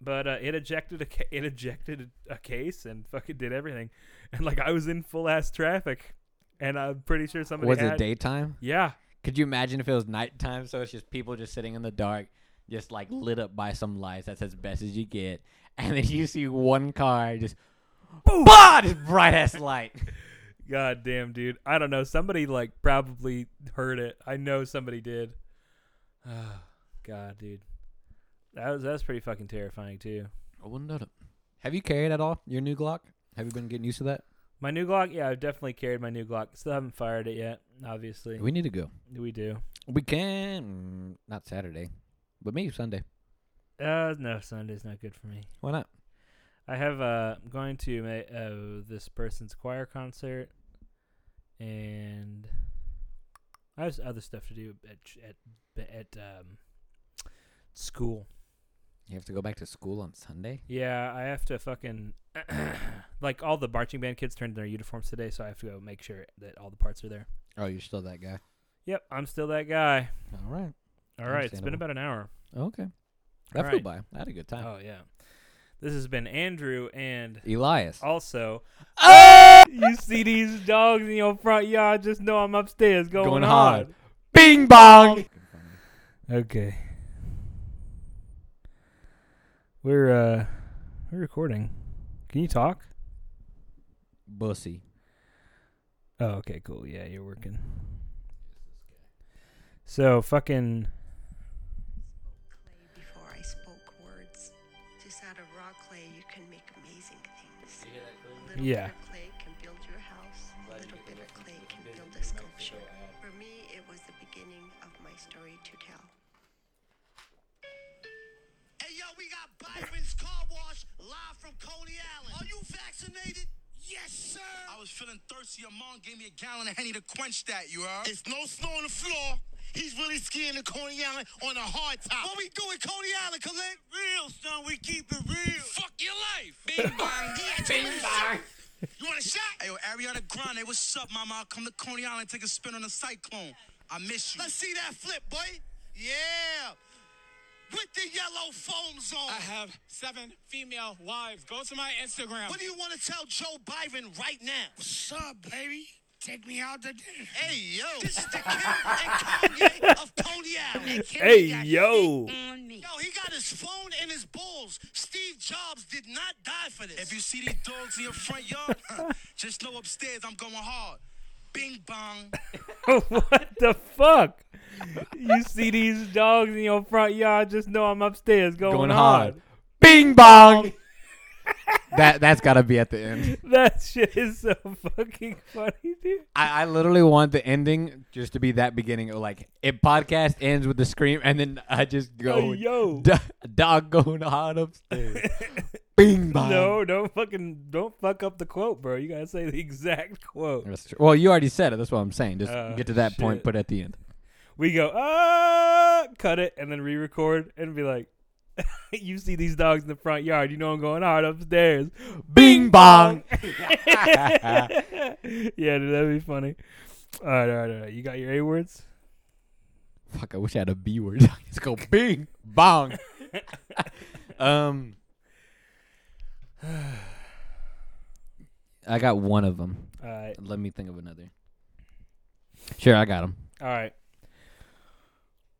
S1: But uh, it ejected a ca- it ejected a case and fucking did everything, and like I was in full ass traffic, and I'm pretty sure somebody
S2: Was
S1: had,
S2: it daytime?
S1: Yeah,
S2: Could you imagine if it was nighttime? So it's just people just sitting in the dark, just like lit up by some lights. That's as best as you get. And then you see one car just, bah, just bright ass light.
S1: God damn, dude. I don't know. Somebody like probably heard it. I know somebody did. Ah, God, dude. That was that's pretty fucking terrifying too.
S2: I wouldn't doubt it. Have you carried at all your new Glock? Have you been getting used to that?
S1: My new Glock, yeah, I've definitely carried my new Glock. Still haven't fired it yet, obviously. We,
S2: We need to go.
S1: do.
S2: We can mm, not Saturday, but maybe Sunday.
S1: Uh no, Sunday's not good for me.
S2: Why not?
S1: I have uh I'm going to ma- uh, this person's choir concert and I have other stuff to do at ch- at at um School.
S2: You have to go back to school on Sunday.
S1: Yeah, I have to fucking like all the marching band kids turned in their uniforms today, so I have to go make sure that all the parts are there.
S2: Oh, you're still that guy.
S1: Yep, I'm still that guy.
S2: All right.
S1: All right, it's been
S2: Understandable.
S1: about an hour.
S2: Okay. That
S1: All
S2: flew
S1: right.
S2: by. I had a good time.
S1: Oh yeah, this has been Andrew and
S2: Elias.
S1: also
S2: Oh!
S1: you see these dogs in your front yard. Just know I'm upstairs going,
S2: Going
S1: hard.
S2: hard. Bing bong.
S1: Okay, we're uh we're recording. Can you talk?
S2: Bussy.
S1: Oh, okay, cool. Yeah, you're working. So fucking
S3: clay before I spoke words. Just out of raw clay, you can make amazing things. A little
S1: Yeah.
S3: bit of clay can build your house. A little bit of clay can build a sculpture. For me, it was the beginning of my story to tell.
S4: Hey yo, we got Byron's car wash live from Coney Island. Are you vaccinated? Yes, sir. I was feeling thirsty. Your mom gave me a gallon of honey to quench that. You heard? It's no snow on the floor. He's really skiing in Coney Island on a hard top. What we do in Coney Island, Khalid? Real, son. We keep it real. Fuck your life. Bing bang. Bing bang. You want a shot? Hey, yo, Ariana Grande, what's up, mama? I'll come to Coney Island and take a spin on the cyclone. I miss you. Let's see that flip, boy. Yeah with the yellow foams on.
S5: I have seven female wives. Go to my Instagram.
S4: What do you want to tell Joe Byron right now? What's up, baby? Take me out to dinner. Hey, yo. This is the Kim and Kanye of Coney Island.
S1: Hey yo.
S4: Yo, he got his phone and his balls. Steve Jobs did not die for this. If you see these dogs in your front yard, just know upstairs I'm going hard. Bing bong.
S1: what the fuck? You see these dogs in your front yard, just know I'm upstairs going,
S2: Going
S1: hard.
S2: hard. Bing bong. that that's gotta be at the end.
S1: That shit is so fucking funny, dude.
S2: I, I literally want the ending just to be that beginning. Like it podcast ends with the scream, and then I just go,
S1: Hey, yo.
S2: "Do- dog going hard upstairs." Bing bong.
S1: No, don't fucking don't fuck up the quote, bro. You gotta say the exact quote.
S2: That's true. Well, you already said it. That's what I'm saying. Just
S1: Oh,
S2: get to that point,
S1: shit.
S2: put it at the end.
S1: We go, ah, cut it, and then re-record and be like, you see these dogs in the front yard, you know I'm going hard upstairs.
S2: Bing bong.
S1: yeah, dude, that'd be funny. All right, all right, all right. You got your A words?
S2: Fuck, I wish I had a B word. Let's go bing bong. um, I got one of them.
S1: All right,
S2: Let me think of another. Sure, I got them.
S1: all right.